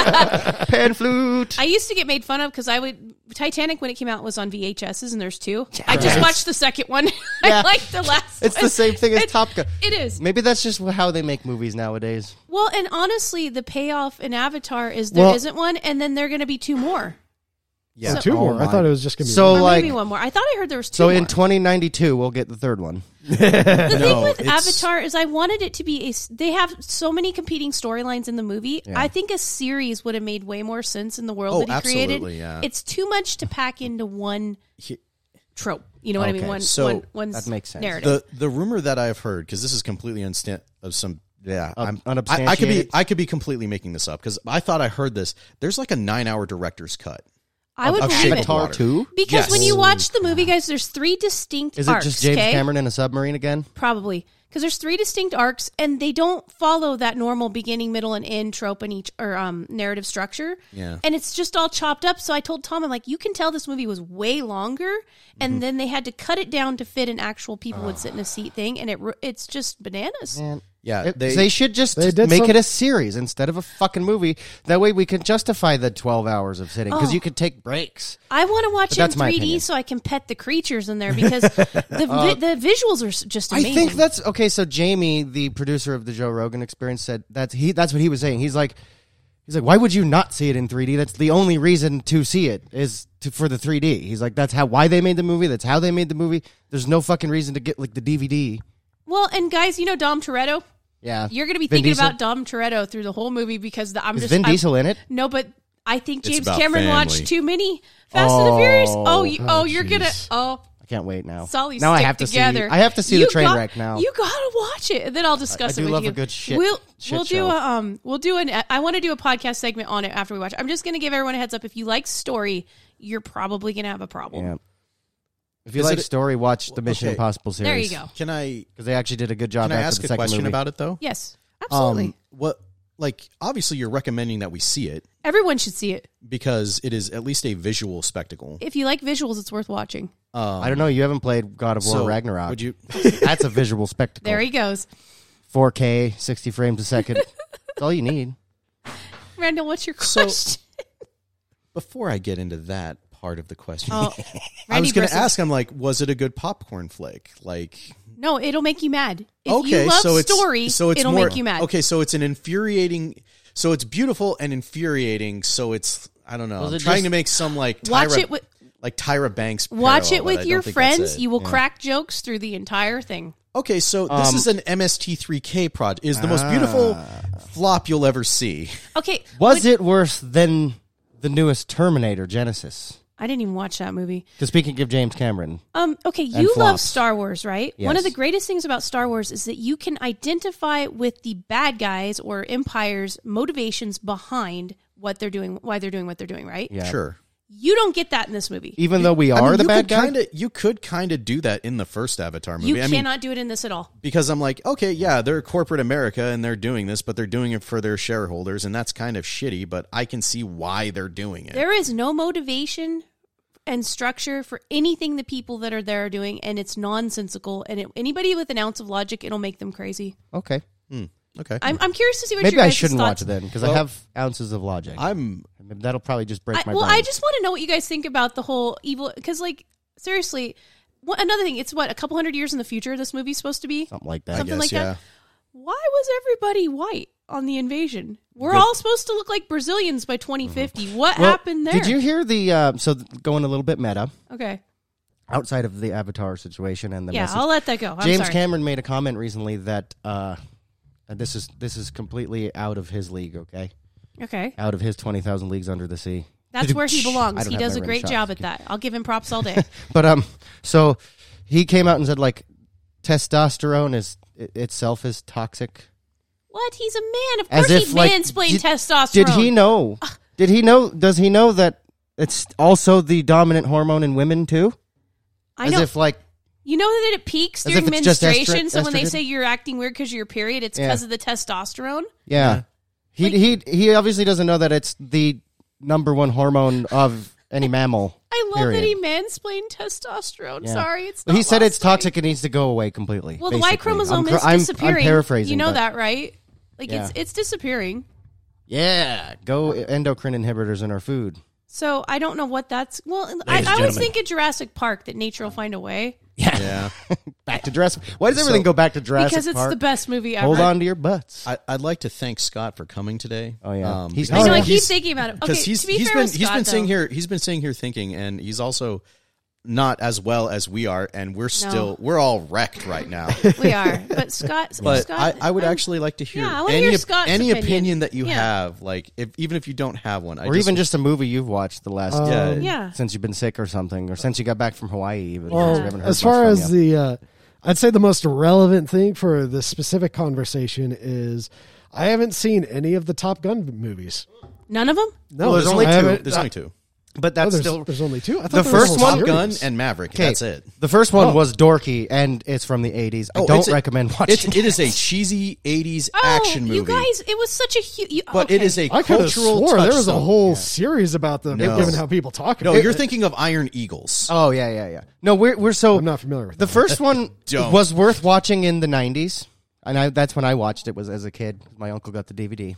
[SPEAKER 2] pan flute.
[SPEAKER 3] I used to get made fun of because I would Titanic when it came out was on VHSs and there's two. I just watched the second one.
[SPEAKER 2] Yeah.
[SPEAKER 3] I like the last.
[SPEAKER 2] It's the
[SPEAKER 3] one.
[SPEAKER 2] same thing as
[SPEAKER 3] It-
[SPEAKER 2] Top Gun.
[SPEAKER 3] It is.
[SPEAKER 2] Maybe that's just how they make movies nowadays.
[SPEAKER 3] Well, and honestly, the payoff in Avatar is there
[SPEAKER 2] Well-
[SPEAKER 3] not one, and then there are going to be two more.
[SPEAKER 2] Yeah,
[SPEAKER 3] So-
[SPEAKER 4] Two more.
[SPEAKER 5] Oh
[SPEAKER 4] I
[SPEAKER 2] my.
[SPEAKER 4] thought it was just gonna be.
[SPEAKER 2] So
[SPEAKER 4] one.
[SPEAKER 3] or
[SPEAKER 2] like
[SPEAKER 3] maybe one more. I thought I heard there was two.
[SPEAKER 2] so in
[SPEAKER 3] more.
[SPEAKER 2] 2092 we'll get the third one.
[SPEAKER 3] the
[SPEAKER 5] No,
[SPEAKER 3] thing with
[SPEAKER 5] it's-
[SPEAKER 3] Avatar is I wanted it to be a. s- They have so many competing storylines in the movie. I think a series would have made way more sense in the world
[SPEAKER 5] Oh,
[SPEAKER 3] that he created.
[SPEAKER 5] absolutely, yeah.
[SPEAKER 3] It's too much to pack into one trope. You know what I mean?
[SPEAKER 2] Okay,
[SPEAKER 3] One,
[SPEAKER 5] so
[SPEAKER 3] one, one
[SPEAKER 2] that makes sense.
[SPEAKER 3] narrative.
[SPEAKER 5] the the rumor that I've heard because this is completely unstan of some yeah
[SPEAKER 2] Up-
[SPEAKER 5] I'm I, I could be
[SPEAKER 2] unubstantiated?
[SPEAKER 5] I could be completely making this up because I thought I heard this. There's like a nine hour director's cut.
[SPEAKER 3] I would
[SPEAKER 5] of
[SPEAKER 3] believe
[SPEAKER 5] Shape
[SPEAKER 3] it
[SPEAKER 5] of Water.
[SPEAKER 2] Tar two?
[SPEAKER 3] because when
[SPEAKER 5] Yes.
[SPEAKER 3] you watch the movie, guys, there's three distinct
[SPEAKER 2] Is it
[SPEAKER 3] arcs.
[SPEAKER 2] just James
[SPEAKER 3] okay?
[SPEAKER 2] Cameron in a submarine again?
[SPEAKER 3] Probably because there's three distinct arcs, and they don't follow that normal beginning, middle, and end trope in each or um, narrative structure.
[SPEAKER 5] Yeah.
[SPEAKER 3] and it's just all chopped up. So I told Tom, I'm like, you can tell this movie was way longer,
[SPEAKER 2] Mm-hmm.
[SPEAKER 3] and then they had to cut it down to fit an actual people would sit in
[SPEAKER 2] Ah.
[SPEAKER 3] a seat thing, and it ru- it's just bananas.
[SPEAKER 5] Yeah,
[SPEAKER 2] It-
[SPEAKER 5] they-
[SPEAKER 2] they, should just
[SPEAKER 4] they
[SPEAKER 2] make
[SPEAKER 4] did some-
[SPEAKER 2] it a series instead of a fucking movie. That way we can justify the 12 hours of sitting because you could take breaks.
[SPEAKER 3] I want to watch
[SPEAKER 2] But
[SPEAKER 3] it in
[SPEAKER 2] that's my
[SPEAKER 3] 3D
[SPEAKER 2] opinion. Uh,
[SPEAKER 3] so I can pet the creatures in there because the vi- the visuals are s- just amazing.
[SPEAKER 2] I think that's okay. So Jamie, the producer of the Joe Rogan Experience, said that's he. That's what he was saying. He's like, he's like, why would you not see it in 3D? That's the only reason to see it is to, for the 3D. He's like, that's how why they made the movie. That's how they made the movie. There's no fucking reason to get like the DVD.
[SPEAKER 3] well, and guys, you know Dom Toretto.
[SPEAKER 2] Yeah,
[SPEAKER 3] You're going to be
[SPEAKER 2] Vin
[SPEAKER 3] thinking
[SPEAKER 2] Diesel?
[SPEAKER 3] about Dom Toretto through the whole movie because the, I'm
[SPEAKER 2] Is
[SPEAKER 3] just
[SPEAKER 2] Vin
[SPEAKER 3] I'm-
[SPEAKER 2] Diesel in it?
[SPEAKER 3] No, but I think James
[SPEAKER 5] about
[SPEAKER 3] Cameron watched
[SPEAKER 5] family.
[SPEAKER 3] too many Fast and the Furious. Oh, you, oh,
[SPEAKER 4] oh,
[SPEAKER 3] you're gonna
[SPEAKER 4] jeez.
[SPEAKER 3] oh,
[SPEAKER 2] I can't wait now.
[SPEAKER 3] Sully.
[SPEAKER 2] now I
[SPEAKER 3] stick
[SPEAKER 2] have to
[SPEAKER 3] together.
[SPEAKER 2] see. I have to see
[SPEAKER 3] You
[SPEAKER 2] the train
[SPEAKER 3] got-
[SPEAKER 2] wreck now.
[SPEAKER 3] You gotta watch it, and then I'll discuss
[SPEAKER 2] I
[SPEAKER 3] it
[SPEAKER 2] do
[SPEAKER 3] with
[SPEAKER 2] love
[SPEAKER 3] you.
[SPEAKER 2] a good shit-
[SPEAKER 3] We'll
[SPEAKER 2] shit
[SPEAKER 3] we'll do
[SPEAKER 2] show.
[SPEAKER 3] a, um we'll do an I want to do a podcast segment on it after we watch. it. I'm just gonna give everyone a heads up. If you like story, you're probably gonna have a problem.
[SPEAKER 2] yeah. If you
[SPEAKER 5] Is
[SPEAKER 2] like
[SPEAKER 5] it-
[SPEAKER 2] story, watch the Mission
[SPEAKER 5] okay.
[SPEAKER 2] Impossible series.
[SPEAKER 3] There you go.
[SPEAKER 5] can I
[SPEAKER 2] Because they actually did a good job.
[SPEAKER 5] can I
[SPEAKER 2] after
[SPEAKER 5] ask
[SPEAKER 2] the
[SPEAKER 5] a
[SPEAKER 2] second
[SPEAKER 5] question
[SPEAKER 2] movie.
[SPEAKER 5] about it though?
[SPEAKER 3] Yes, absolutely.
[SPEAKER 2] Um,
[SPEAKER 5] what like obviously you're recommending that we see it
[SPEAKER 3] Everyone should see it.
[SPEAKER 5] because it is at least a visual spectacle.
[SPEAKER 3] If you like visuals, it's worth watching.
[SPEAKER 2] I don't know. You haven't played God of War Ragnarok.
[SPEAKER 5] Would you?
[SPEAKER 2] That's a visual spectacle.
[SPEAKER 3] There he goes.
[SPEAKER 2] 4K, 60 frames a second. That's all you need.
[SPEAKER 3] Randall, what's your
[SPEAKER 5] So-
[SPEAKER 3] question?
[SPEAKER 5] Before I get into that part of the question,
[SPEAKER 3] oh,
[SPEAKER 5] I
[SPEAKER 3] Randy
[SPEAKER 5] was going to
[SPEAKER 3] versus-
[SPEAKER 5] ask. I'm like, was it a good popcorn flick? Like,
[SPEAKER 3] No, it'll make you mad. If
[SPEAKER 5] okay,
[SPEAKER 3] you love
[SPEAKER 5] so it's
[SPEAKER 3] story,
[SPEAKER 5] so it's
[SPEAKER 3] it'll
[SPEAKER 5] more,
[SPEAKER 3] make you mad.
[SPEAKER 5] Okay, so it's an infuriating. So it's beautiful and infuriating. So it's I don't know.
[SPEAKER 2] Was
[SPEAKER 5] I'm
[SPEAKER 2] it
[SPEAKER 5] trying
[SPEAKER 2] just-
[SPEAKER 5] to make some like Tyra,
[SPEAKER 3] Watch it with
[SPEAKER 5] like Tyra Banks. Parallel,
[SPEAKER 3] watch it
[SPEAKER 5] but I
[SPEAKER 3] with
[SPEAKER 5] don't
[SPEAKER 3] your
[SPEAKER 5] think that's
[SPEAKER 3] friends.
[SPEAKER 5] it.
[SPEAKER 3] You will
[SPEAKER 5] Yeah.
[SPEAKER 3] crack jokes through the entire thing.
[SPEAKER 5] Okay, so this
[SPEAKER 2] Um,
[SPEAKER 5] is an MST3K project. Is the most beautiful
[SPEAKER 2] Ah.
[SPEAKER 5] flop you'll ever see.
[SPEAKER 3] Okay,
[SPEAKER 2] Was it worse than the newest Terminator Genesis?
[SPEAKER 3] I didn't even watch that movie.
[SPEAKER 2] Because speaking of James Cameron,
[SPEAKER 3] Um, okay,
[SPEAKER 2] And
[SPEAKER 3] you love
[SPEAKER 2] flops.
[SPEAKER 3] Star Wars, right? One of
[SPEAKER 2] Yes.
[SPEAKER 3] the greatest things about Star Wars is that you can identify with the bad guys or empires' motivations behind what they're doing, why they're doing what they're doing, right?
[SPEAKER 2] Yeah.
[SPEAKER 5] Sure.
[SPEAKER 3] You don't get that in this movie.
[SPEAKER 2] even though we
[SPEAKER 5] I
[SPEAKER 2] are
[SPEAKER 5] mean,
[SPEAKER 2] the
[SPEAKER 5] you
[SPEAKER 2] bad
[SPEAKER 5] could
[SPEAKER 2] guy,
[SPEAKER 5] Kinda, you could kind of do that in the first Avatar movie.
[SPEAKER 3] You
[SPEAKER 5] I mean,
[SPEAKER 3] cannot do it in this at all.
[SPEAKER 5] because I'm like, okay, yeah, they're corporate America and they're doing this, but they're doing it for their shareholders, and that's kind of shitty. But I can see why they're doing it.
[SPEAKER 3] There is no motivation and structure for anything the people that are there are doing, and it's nonsensical. And it, anybody with an ounce of logic, it'll make them crazy.
[SPEAKER 2] okay.
[SPEAKER 5] Hmm, okay,
[SPEAKER 3] I'm, I'm curious to see what
[SPEAKER 2] Maybe
[SPEAKER 3] your
[SPEAKER 2] I
[SPEAKER 3] guys'
[SPEAKER 2] shouldn't
[SPEAKER 3] thoughts.
[SPEAKER 2] watch it then because I
[SPEAKER 5] Well-
[SPEAKER 2] have ounces of logic.
[SPEAKER 5] I'm
[SPEAKER 2] Maybe That'll probably just break
[SPEAKER 3] I,
[SPEAKER 2] my
[SPEAKER 3] well,
[SPEAKER 2] brain.
[SPEAKER 3] I just want to know what you guys think about the whole evil. Because, like, seriously, what, another thing, it's what a couple hundred years in the future. This movie's supposed to be.
[SPEAKER 2] Something like that.
[SPEAKER 3] Something
[SPEAKER 5] yes,
[SPEAKER 3] like
[SPEAKER 5] yeah.
[SPEAKER 3] that. Why was everybody white on the invasion? We're all supposed to look like Brazilians by 2050. What
[SPEAKER 2] Mm-hmm. Well,
[SPEAKER 3] happened there?
[SPEAKER 2] Did you hear the. Uh, so th- going a little bit meta,
[SPEAKER 3] Okay,
[SPEAKER 2] outside of the Avatar situation and the
[SPEAKER 3] yeah,
[SPEAKER 2] message.
[SPEAKER 3] I'll let that go. I'm
[SPEAKER 2] James
[SPEAKER 3] sorry.
[SPEAKER 2] Cameron made a comment recently that. Uh, and this is this is completely out of his league, okay?
[SPEAKER 3] okay,
[SPEAKER 2] Out of his twenty thousand leagues under the sea.
[SPEAKER 3] That's where he
[SPEAKER 2] I
[SPEAKER 3] belongs.
[SPEAKER 2] don't
[SPEAKER 3] He
[SPEAKER 2] have
[SPEAKER 3] does
[SPEAKER 2] my
[SPEAKER 3] a
[SPEAKER 2] rim
[SPEAKER 3] great
[SPEAKER 2] shot.
[SPEAKER 3] job at that. I'll give him props all day.
[SPEAKER 2] But um, so he came out and said like testosterone is i- itself is toxic.
[SPEAKER 3] what? He's a man. Of
[SPEAKER 2] As
[SPEAKER 3] course,
[SPEAKER 2] if
[SPEAKER 3] he
[SPEAKER 2] like
[SPEAKER 3] mansplained
[SPEAKER 2] did-
[SPEAKER 3] testosterone.
[SPEAKER 2] Did he know? Did he know? Does he know that it's also the dominant hormone in women too?
[SPEAKER 3] I
[SPEAKER 2] as
[SPEAKER 3] know.
[SPEAKER 2] if like
[SPEAKER 3] you know that it peaks
[SPEAKER 2] As
[SPEAKER 3] during
[SPEAKER 2] if it's just estro-
[SPEAKER 3] menstruation. so when they
[SPEAKER 2] estrogen?
[SPEAKER 3] say you're acting weird because of your period, it's
[SPEAKER 2] Yeah.
[SPEAKER 3] because of the testosterone.
[SPEAKER 2] yeah, he he he obviously doesn't know that it's the number one hormone of any mammal.
[SPEAKER 3] I love that
[SPEAKER 2] period.
[SPEAKER 3] he mansplained testosterone.
[SPEAKER 2] Yeah.
[SPEAKER 3] Sorry, it's.
[SPEAKER 2] Well,
[SPEAKER 3] not
[SPEAKER 2] he said
[SPEAKER 3] lost
[SPEAKER 2] it's
[SPEAKER 3] on me.
[SPEAKER 2] toxic. It needs to go away completely.
[SPEAKER 3] Well, the Y
[SPEAKER 2] basically. I'm
[SPEAKER 3] chromosome
[SPEAKER 2] cr-
[SPEAKER 3] is
[SPEAKER 2] I'm-
[SPEAKER 3] disappearing.
[SPEAKER 2] I'm, paraphrasing.
[SPEAKER 3] You know
[SPEAKER 2] but-
[SPEAKER 3] that, right? Like
[SPEAKER 2] Yeah.
[SPEAKER 3] it's it's disappearing.
[SPEAKER 2] Yeah, go endocrine inhibitors in our food.
[SPEAKER 3] So I don't know what that's. Well, I,
[SPEAKER 2] and
[SPEAKER 3] I always
[SPEAKER 2] gentlemen.
[SPEAKER 3] think of Jurassic Park that nature will find a way
[SPEAKER 5] yeah.
[SPEAKER 2] Back to Jurassic. Why does everything go back to Jurassic
[SPEAKER 3] because it's
[SPEAKER 2] Park?
[SPEAKER 3] the best movie ever.
[SPEAKER 2] Hold on to your butts.
[SPEAKER 5] I, I'd like to thank Scott for coming today. Um,
[SPEAKER 2] Oh, yeah. He's
[SPEAKER 5] because
[SPEAKER 3] I know. I
[SPEAKER 2] yeah.
[SPEAKER 3] keep
[SPEAKER 5] he's-
[SPEAKER 3] thinking about it. Okay,
[SPEAKER 5] because he's
[SPEAKER 3] to be
[SPEAKER 5] he's
[SPEAKER 3] fair
[SPEAKER 5] been
[SPEAKER 3] with
[SPEAKER 5] he's
[SPEAKER 3] Scott,
[SPEAKER 5] been sitting
[SPEAKER 3] though,
[SPEAKER 5] here he's been sitting here thinking, and he's also not as well as we are, and we're still we're all wrecked right now.
[SPEAKER 3] we are. But Scott,
[SPEAKER 5] But
[SPEAKER 3] Scott
[SPEAKER 5] I, I would
[SPEAKER 3] I'm-
[SPEAKER 5] actually like to hear
[SPEAKER 3] Yeah, I wanna
[SPEAKER 5] any
[SPEAKER 3] hear
[SPEAKER 5] op-
[SPEAKER 3] Scott's
[SPEAKER 5] any opinion.
[SPEAKER 3] opinion.
[SPEAKER 5] that you
[SPEAKER 3] Yeah.
[SPEAKER 5] have, like if even if you don't have one, I
[SPEAKER 2] or
[SPEAKER 5] just,
[SPEAKER 2] even just a movie you've watched the last
[SPEAKER 4] Um,
[SPEAKER 2] uh,
[SPEAKER 5] yeah,
[SPEAKER 3] Yeah.
[SPEAKER 2] since you've been sick or something, or since you got back from Hawaii. Even
[SPEAKER 4] Well,
[SPEAKER 2] because we haven't heard
[SPEAKER 4] as
[SPEAKER 2] much
[SPEAKER 4] far
[SPEAKER 2] from
[SPEAKER 4] as
[SPEAKER 2] you.
[SPEAKER 4] the, uh, I'd say the most relevant thing for this specific conversation is I haven't seen any of the Top Gun movies.
[SPEAKER 3] none of them.
[SPEAKER 4] No,
[SPEAKER 2] Well, there's
[SPEAKER 4] I
[SPEAKER 2] only two.
[SPEAKER 4] haven't-
[SPEAKER 5] there's only two.
[SPEAKER 2] but
[SPEAKER 4] Oh,
[SPEAKER 2] that's
[SPEAKER 4] there's,
[SPEAKER 2] still
[SPEAKER 4] there's only two. I thought
[SPEAKER 2] The
[SPEAKER 4] there was
[SPEAKER 2] first
[SPEAKER 4] a
[SPEAKER 2] one-
[SPEAKER 5] Top
[SPEAKER 4] series.
[SPEAKER 5] Gun and Maverick. That's it.
[SPEAKER 2] The first one was dorky and it's from the 80s. I
[SPEAKER 5] Oh,
[SPEAKER 2] don't
[SPEAKER 5] it's a-
[SPEAKER 2] recommend watching.
[SPEAKER 5] It's, it is a cheesy '80s action movie,
[SPEAKER 3] Oh, you guys, it was such a huge.
[SPEAKER 5] but it is a
[SPEAKER 4] I could have
[SPEAKER 5] cultural.
[SPEAKER 4] swore there was a
[SPEAKER 5] touchstone.
[SPEAKER 4] whole series about them,
[SPEAKER 5] No.
[SPEAKER 4] given how people talk
[SPEAKER 5] No,
[SPEAKER 4] about it.
[SPEAKER 5] you're thinking of Iron Eagles.
[SPEAKER 2] Oh yeah, yeah, yeah. No, we're we're so
[SPEAKER 4] I'm not familiar with
[SPEAKER 2] the
[SPEAKER 4] that.
[SPEAKER 2] first one
[SPEAKER 5] Don't.
[SPEAKER 2] was worth watching in the '90s, and I, that's when I watched it was as a kid. My uncle got the DVD,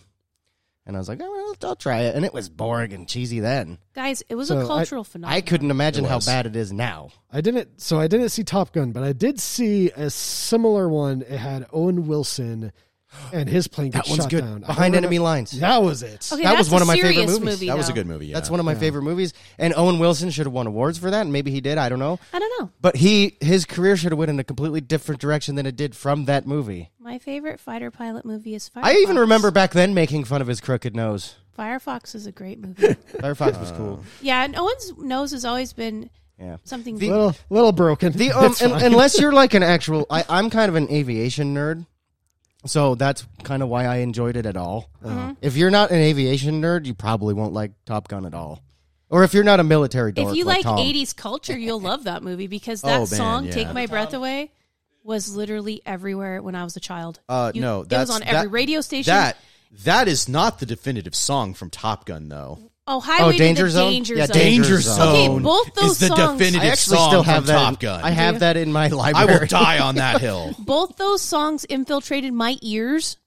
[SPEAKER 2] and I was like, oh, well, I'll, I'll try it, and it was boring and cheesy then.
[SPEAKER 3] guys, it was
[SPEAKER 4] So
[SPEAKER 3] a
[SPEAKER 4] I-
[SPEAKER 3] cultural phenomenon.
[SPEAKER 2] I couldn't imagine
[SPEAKER 5] It
[SPEAKER 2] how
[SPEAKER 5] was.
[SPEAKER 2] bad it is now.
[SPEAKER 4] I didn't. So I didn't see Top Gun, but I did see a similar one. It had Owen Wilson, and his plane
[SPEAKER 2] That
[SPEAKER 4] gets
[SPEAKER 2] one's
[SPEAKER 4] shot
[SPEAKER 2] good.
[SPEAKER 4] down I don't
[SPEAKER 2] Behind
[SPEAKER 4] remember-
[SPEAKER 2] enemy lines.
[SPEAKER 4] That was it.
[SPEAKER 3] Okay,
[SPEAKER 2] that
[SPEAKER 3] that's
[SPEAKER 2] was one
[SPEAKER 3] a
[SPEAKER 2] of my favorite
[SPEAKER 3] serious
[SPEAKER 2] movies.
[SPEAKER 3] Movie,
[SPEAKER 5] That was a
[SPEAKER 3] though.
[SPEAKER 5] good movie. Yeah.
[SPEAKER 2] That's one of my favorite movies, and Owen Wilson should have won awards for that, and maybe he did. I don't know,
[SPEAKER 3] I don't know.
[SPEAKER 2] but he his career should have went in a completely different direction than it did from that movie.
[SPEAKER 3] My favorite fighter pilot movie is Firefox.
[SPEAKER 2] I even remember back then making fun of his crooked nose.
[SPEAKER 3] Firefox is a great movie.
[SPEAKER 2] Firefox was cool.
[SPEAKER 3] yeah, and Owen's nose has always been
[SPEAKER 2] Yeah.
[SPEAKER 3] something.
[SPEAKER 2] The-
[SPEAKER 4] Little, little broken.
[SPEAKER 2] The um,
[SPEAKER 4] It's
[SPEAKER 2] un-
[SPEAKER 4] fine.
[SPEAKER 2] unless you're like an actual, I, I'm kind of an aviation nerd, so that's kind of why I enjoyed it at all.
[SPEAKER 3] Uh-huh.
[SPEAKER 2] If you're not an aviation nerd, you probably won't like Top Gun at all, or if you're not a military dork,
[SPEAKER 3] if you
[SPEAKER 2] like,
[SPEAKER 3] like
[SPEAKER 2] Tom.
[SPEAKER 3] '80s culture, you'll love that movie because
[SPEAKER 5] Oh,
[SPEAKER 3] that
[SPEAKER 5] man,
[SPEAKER 3] song
[SPEAKER 5] yeah.
[SPEAKER 3] "Take My Breath Away" was literally everywhere when I was a child.
[SPEAKER 5] Uh,
[SPEAKER 3] You-
[SPEAKER 5] no,
[SPEAKER 3] it
[SPEAKER 5] that's
[SPEAKER 3] was on every
[SPEAKER 5] that-
[SPEAKER 3] radio station.
[SPEAKER 5] That that is not the definitive song from Top Gun, though.
[SPEAKER 3] oh, highway to
[SPEAKER 2] Danger
[SPEAKER 3] the
[SPEAKER 2] Zone?
[SPEAKER 3] danger
[SPEAKER 2] Yeah,
[SPEAKER 3] zone.
[SPEAKER 2] Danger
[SPEAKER 3] Okay, both those
[SPEAKER 5] is the
[SPEAKER 3] songs-
[SPEAKER 5] definitive
[SPEAKER 2] I actually
[SPEAKER 5] song
[SPEAKER 2] still have
[SPEAKER 5] from
[SPEAKER 2] that.
[SPEAKER 5] Top Gun.
[SPEAKER 2] I have that in my library.
[SPEAKER 5] I will die on that hill.
[SPEAKER 3] Both those songs infiltrated my ears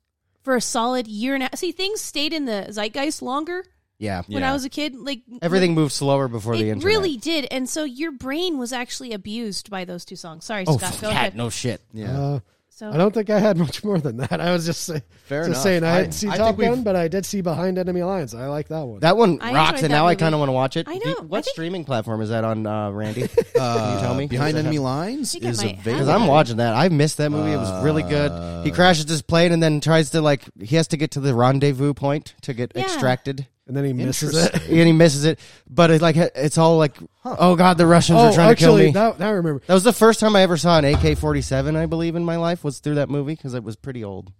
[SPEAKER 3] for a solid year and a half. See, things stayed in the zeitgeist longer
[SPEAKER 2] Yeah,
[SPEAKER 3] when
[SPEAKER 5] Yeah.
[SPEAKER 3] I was a kid. Like
[SPEAKER 2] everything moved slower before the
[SPEAKER 3] It
[SPEAKER 2] internet.
[SPEAKER 3] really did, and so your brain was actually abused by those two songs. Sorry,
[SPEAKER 2] Oh,
[SPEAKER 3] Scott.
[SPEAKER 2] fuck
[SPEAKER 3] Go
[SPEAKER 2] that,
[SPEAKER 3] ahead.
[SPEAKER 2] no shit.
[SPEAKER 5] Yeah.
[SPEAKER 4] Uh,
[SPEAKER 3] So
[SPEAKER 4] I don't think I had much more than that. I was just, say,
[SPEAKER 5] Fair
[SPEAKER 4] just
[SPEAKER 5] enough.
[SPEAKER 4] saying I
[SPEAKER 5] I-
[SPEAKER 4] had seen
[SPEAKER 5] I
[SPEAKER 4] Top
[SPEAKER 5] think we've-
[SPEAKER 4] Gun, but I did see Behind Enemy Lines. I like that one.
[SPEAKER 2] That one
[SPEAKER 3] I
[SPEAKER 2] rocks,
[SPEAKER 3] enjoyed
[SPEAKER 2] and
[SPEAKER 3] that
[SPEAKER 2] now I
[SPEAKER 3] movie.
[SPEAKER 2] kind of want to watch it.
[SPEAKER 3] I
[SPEAKER 2] Do-
[SPEAKER 3] know, I
[SPEAKER 2] what
[SPEAKER 3] think-
[SPEAKER 2] streaming platform is that on, uh, Randy? Can you tell me?
[SPEAKER 5] Behind enemy lines
[SPEAKER 3] think I
[SPEAKER 5] is
[SPEAKER 3] might have
[SPEAKER 5] available.
[SPEAKER 2] Because I'm watching that. I missed that movie. It was really good.
[SPEAKER 4] Uh,
[SPEAKER 2] He crashes his plane and then tries to like he has to get to the rendezvous point to get
[SPEAKER 3] Yeah.
[SPEAKER 2] extracted,
[SPEAKER 4] and then he misses it.
[SPEAKER 2] and he misses it. But it like it's all like, oh god, the Russians are
[SPEAKER 4] Oh,
[SPEAKER 2] trying to kill
[SPEAKER 4] actually,
[SPEAKER 2] me. That-,
[SPEAKER 4] now, now I remember.
[SPEAKER 2] was the first time I ever saw an AK-47, I believe, in my life was through that movie because it was pretty old.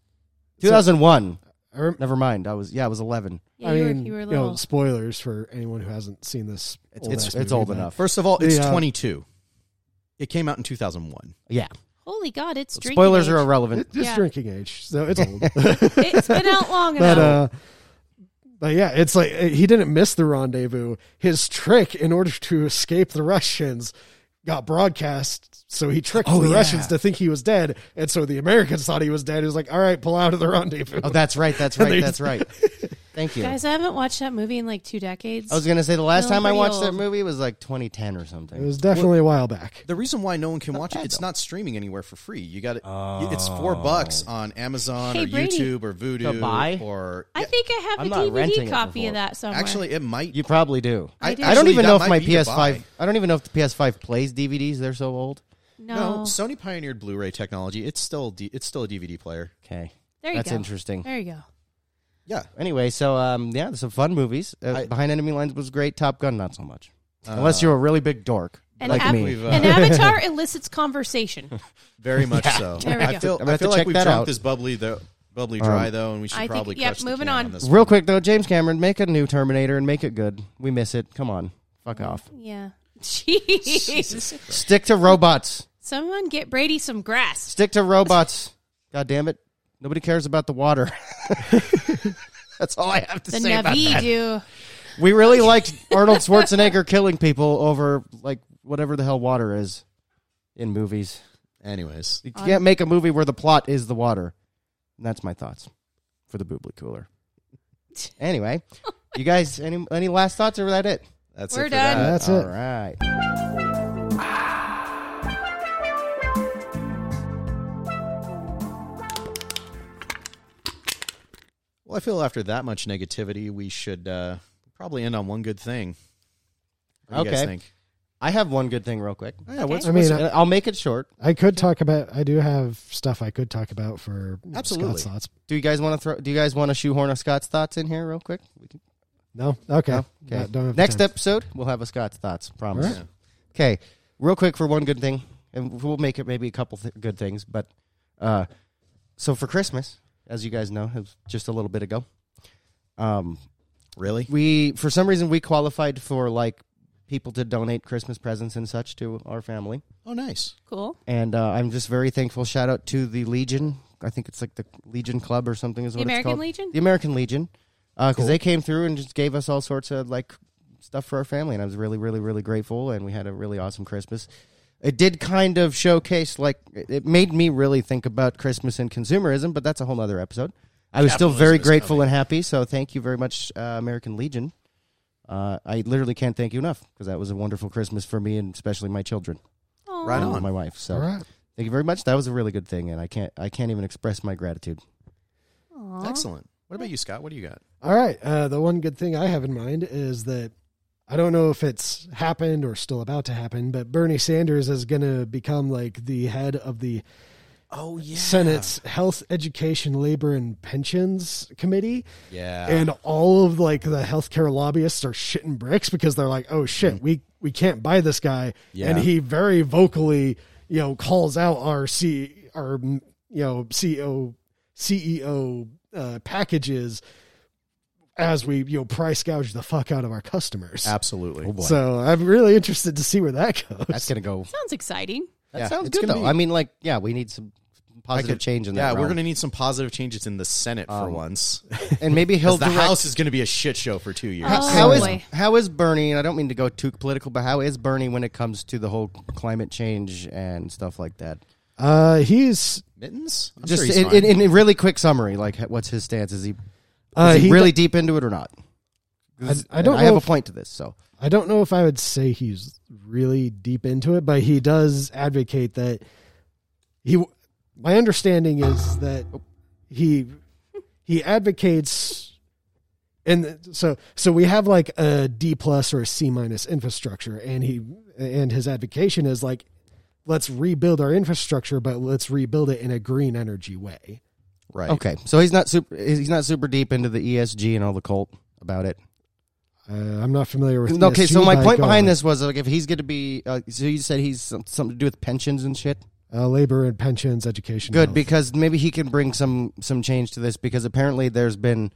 [SPEAKER 2] 2001.
[SPEAKER 4] I rem-
[SPEAKER 2] Never mind. I was yeah, I was 11.
[SPEAKER 3] yeah,
[SPEAKER 4] I
[SPEAKER 3] you,
[SPEAKER 4] mean,
[SPEAKER 3] were, you were a
[SPEAKER 4] know,
[SPEAKER 3] little.
[SPEAKER 4] spoilers for anyone who hasn't seen this.
[SPEAKER 2] It's
[SPEAKER 4] old-ass
[SPEAKER 2] it's, it's
[SPEAKER 4] movie,
[SPEAKER 2] old
[SPEAKER 4] but-
[SPEAKER 2] enough.
[SPEAKER 5] First of all, it's
[SPEAKER 4] The, uh,
[SPEAKER 5] 22. It came out in 2001.
[SPEAKER 2] Yeah.
[SPEAKER 3] holy God, it's drinking
[SPEAKER 2] Spoilers
[SPEAKER 3] age.
[SPEAKER 2] are irrelevant.
[SPEAKER 4] Just
[SPEAKER 3] Yeah.
[SPEAKER 4] drinking age, so it's old.
[SPEAKER 3] It's been out long enough.
[SPEAKER 4] but uh but yeah it's like uh, he didn't miss the rendezvous his trick in order to escape the russians got broadcast so he tricked
[SPEAKER 2] Oh,
[SPEAKER 4] the russians to think he was dead and so the americans thought he was dead he was like all right pull out of the rendezvous
[SPEAKER 2] Oh, that's right. That's right. That's right. Thank you.
[SPEAKER 3] Guys, I haven't watched that movie in like two decades.
[SPEAKER 2] I was gonna say the last
[SPEAKER 3] No,
[SPEAKER 2] time I
[SPEAKER 3] pretty
[SPEAKER 2] watched that
[SPEAKER 3] old.
[SPEAKER 2] movie was like 2010 or something.
[SPEAKER 4] it was definitely a while back
[SPEAKER 5] The reason why no one can watch it, it's not streaming anywhere for free. You got it. It's four bucks on Amazon
[SPEAKER 3] Hey,
[SPEAKER 5] or
[SPEAKER 3] Brady.
[SPEAKER 5] YouTube or Vudu
[SPEAKER 2] To Oh. buy?
[SPEAKER 5] or
[SPEAKER 3] I think I have
[SPEAKER 2] I'm
[SPEAKER 3] a
[SPEAKER 2] not renting
[SPEAKER 3] DVD
[SPEAKER 2] it
[SPEAKER 3] copy
[SPEAKER 2] before.
[SPEAKER 3] of that somewhere.
[SPEAKER 5] actually it might.
[SPEAKER 2] You probably do.
[SPEAKER 5] I
[SPEAKER 2] I,
[SPEAKER 5] do.
[SPEAKER 2] I don't
[SPEAKER 5] Actually,
[SPEAKER 2] even
[SPEAKER 5] that
[SPEAKER 2] know if
[SPEAKER 5] might
[SPEAKER 2] my
[SPEAKER 5] be to
[SPEAKER 2] PS5.
[SPEAKER 5] buy.
[SPEAKER 2] I don't even know if the PS5 plays DVDs. They're so old.
[SPEAKER 5] no,
[SPEAKER 3] no.
[SPEAKER 5] Sony pioneered Blu-ray technology. It's still D, it's still a DVD player.
[SPEAKER 2] Okay,
[SPEAKER 3] there you
[SPEAKER 2] that's
[SPEAKER 3] go.
[SPEAKER 2] interesting.
[SPEAKER 3] There you go.
[SPEAKER 5] Yeah,
[SPEAKER 2] Anyway, so um, yeah, some fun movies. Uh,
[SPEAKER 5] I-
[SPEAKER 2] Behind Enemy Lines was great. Top Gun, not so much. Unless you're a really big dork
[SPEAKER 3] An,
[SPEAKER 2] like
[SPEAKER 3] av-
[SPEAKER 2] me.
[SPEAKER 5] We've, uh,
[SPEAKER 3] an avatar elicits conversation.
[SPEAKER 5] very much so.
[SPEAKER 3] There we
[SPEAKER 5] I
[SPEAKER 3] go.
[SPEAKER 5] feel
[SPEAKER 2] I'm gonna
[SPEAKER 5] I
[SPEAKER 2] have to
[SPEAKER 5] feel
[SPEAKER 2] check
[SPEAKER 5] like we've
[SPEAKER 2] that
[SPEAKER 5] drunk
[SPEAKER 2] out. Um,
[SPEAKER 5] this bubbly though, bubbly dry though, and we should
[SPEAKER 3] I think-
[SPEAKER 5] probably
[SPEAKER 3] yep,
[SPEAKER 5] crush the
[SPEAKER 3] moving
[SPEAKER 5] can
[SPEAKER 3] on.
[SPEAKER 5] this
[SPEAKER 2] Real quick though, James Cameron, make a new Terminator and make it good. We miss it. Come on, fuck off.
[SPEAKER 3] yeah. Jeez.
[SPEAKER 2] Stick to robots.
[SPEAKER 3] Someone get Brady some grass.
[SPEAKER 2] Stick to robots. God damn it. Nobody cares about the water. That's all I have to
[SPEAKER 3] The
[SPEAKER 2] say about
[SPEAKER 3] Navi do.
[SPEAKER 2] We really liked Arnold Schwarzenegger killing people over like whatever the hell water is in movies.
[SPEAKER 5] Anyways,
[SPEAKER 2] You can't make a movie where the plot is the water. And that's my thoughts for the boobly cooler. Anyway, you guys, any any last thoughts or was that it?
[SPEAKER 5] that's
[SPEAKER 3] We're
[SPEAKER 5] it for
[SPEAKER 3] done.
[SPEAKER 5] that.
[SPEAKER 4] that's
[SPEAKER 2] All
[SPEAKER 4] it
[SPEAKER 2] right.
[SPEAKER 5] Well, I feel after that much negativity, we should uh, probably end on one good thing. What do you guys
[SPEAKER 2] Okay.
[SPEAKER 5] think?
[SPEAKER 2] I have one good thing, real quick.
[SPEAKER 5] Yeah, what's,
[SPEAKER 4] I mean,
[SPEAKER 2] And
[SPEAKER 4] I,
[SPEAKER 2] I'll make it short.
[SPEAKER 4] I could talk about. I do have stuff I could talk about for you know,
[SPEAKER 5] Absolutely.
[SPEAKER 4] Scott's thoughts.
[SPEAKER 2] Do you guys want to throw? Do you guys want to shoehorn a Scott's thoughts in here, real quick? We can-
[SPEAKER 4] No, okay.
[SPEAKER 2] No? Okay.
[SPEAKER 4] No, don't have the
[SPEAKER 2] Next
[SPEAKER 4] time.
[SPEAKER 2] episode, we'll have a Scott's thoughts. Promise.
[SPEAKER 4] All right.
[SPEAKER 2] Okay, real quick for one good thing, and we'll make it maybe a couple th- good things. But uh, so for Christmas, as you guys know, it was just a little bit ago, um,
[SPEAKER 5] really?
[SPEAKER 2] we for some reason we qualified for like people to donate Christmas presents and such to our family,
[SPEAKER 5] Oh, nice.
[SPEAKER 3] Cool.
[SPEAKER 2] and uh, I'm just very thankful. Shout out to the Legion. I think it's like the Legion Club or something is
[SPEAKER 3] The
[SPEAKER 2] what it's
[SPEAKER 3] American
[SPEAKER 2] called.
[SPEAKER 3] Legion?
[SPEAKER 2] The American Legion, because they came through and just gave us all sorts of like stuff for our family, and I was really, really, really grateful. And we had a really awesome Christmas. It did kind of showcase, like, it- it made me really think about Christmas and consumerism, but that's a whole other episode. I was still very
[SPEAKER 5] Capitalism is
[SPEAKER 2] grateful
[SPEAKER 5] coming.
[SPEAKER 2] and happy, so thank you very much, uh, American Legion. Uh, I literally can't thank you enough because that was a wonderful Christmas for me and especially my children
[SPEAKER 3] Aw.
[SPEAKER 5] Right
[SPEAKER 2] and
[SPEAKER 5] on.
[SPEAKER 2] my wife. So
[SPEAKER 4] All right.
[SPEAKER 2] thank you very much. That was a really good thing, and I can't I can't even express my gratitude.
[SPEAKER 3] Aw.
[SPEAKER 5] Excellent. What about you, Scott? What do you got?
[SPEAKER 4] All right. Uh, the one good thing I have in mind is that I don't know if it's happened or still about to happen, but Bernie Sanders is going to become like the head of the
[SPEAKER 5] Oh, yeah.
[SPEAKER 4] Senate's Health, Education, Labor, and Pensions Committee.
[SPEAKER 5] Yeah.
[SPEAKER 4] and all of like the healthcare lobbyists are shitting bricks because they're like, oh shit,
[SPEAKER 2] Mm-hmm.
[SPEAKER 4] we we can't buy this guy,
[SPEAKER 5] Yeah.
[SPEAKER 4] and he very vocally, you know, calls out our C our mm, you know CEO CEO E uh, packages as we you know price gouge the fuck out of our customers.
[SPEAKER 5] Absolutely.
[SPEAKER 2] Oh, boy.
[SPEAKER 4] So I'm really interested to see where that goes.
[SPEAKER 2] That's gonna go
[SPEAKER 3] Sounds exciting.
[SPEAKER 2] That
[SPEAKER 5] Yeah,
[SPEAKER 2] sounds
[SPEAKER 5] it's
[SPEAKER 2] good though.
[SPEAKER 5] gonna be-
[SPEAKER 2] I mean, like, yeah, we need some positive change in that.
[SPEAKER 5] yeah, we're
[SPEAKER 2] realm.
[SPEAKER 5] going to need some positive changes in the Senate for once. 'Cause
[SPEAKER 2] and maybe he'll
[SPEAKER 5] the
[SPEAKER 2] direct.
[SPEAKER 5] House is going to be a shit show for two years.
[SPEAKER 3] Oh.
[SPEAKER 2] how is
[SPEAKER 3] boy.
[SPEAKER 2] how is Bernie? And I don't mean to go too political, but how is Bernie when it comes to the whole climate change and stuff like that?
[SPEAKER 4] Uh, he's
[SPEAKER 5] Mittens? I'm
[SPEAKER 2] Just
[SPEAKER 5] sure he's
[SPEAKER 2] in,
[SPEAKER 5] fine.
[SPEAKER 2] in, in a really quick summary, like what's his stance? Is he, is
[SPEAKER 4] Uh,
[SPEAKER 2] he,
[SPEAKER 4] he-
[SPEAKER 2] really deep into it or not? 'Cause-
[SPEAKER 4] I- I don't
[SPEAKER 2] and I
[SPEAKER 4] know
[SPEAKER 2] have
[SPEAKER 4] if-
[SPEAKER 2] a point to this. So
[SPEAKER 4] I don't know if I would say he's really deep into it, but he does advocate that he. My understanding is that he he advocates, and so so we have like a D plus or a C minus infrastructure, and he and his advocation is like, let's rebuild our infrastructure, but let's rebuild it in a green energy way.
[SPEAKER 5] right.
[SPEAKER 2] okay, so he's not super. He's not super deep into the ESG and all the cult about it.
[SPEAKER 4] Uh, I'm not familiar with.
[SPEAKER 5] E
[SPEAKER 4] E
[SPEAKER 2] Okay, so
[SPEAKER 4] ESG,
[SPEAKER 2] my
[SPEAKER 4] but
[SPEAKER 2] point
[SPEAKER 4] go
[SPEAKER 2] behind
[SPEAKER 4] on.
[SPEAKER 2] this was like if he's going to be. Uh, so you said he's some- something to do with pensions and shit.
[SPEAKER 4] uh, labor and pensions, education,
[SPEAKER 2] good
[SPEAKER 4] health.
[SPEAKER 2] because maybe he can bring some some change to this because apparently there's been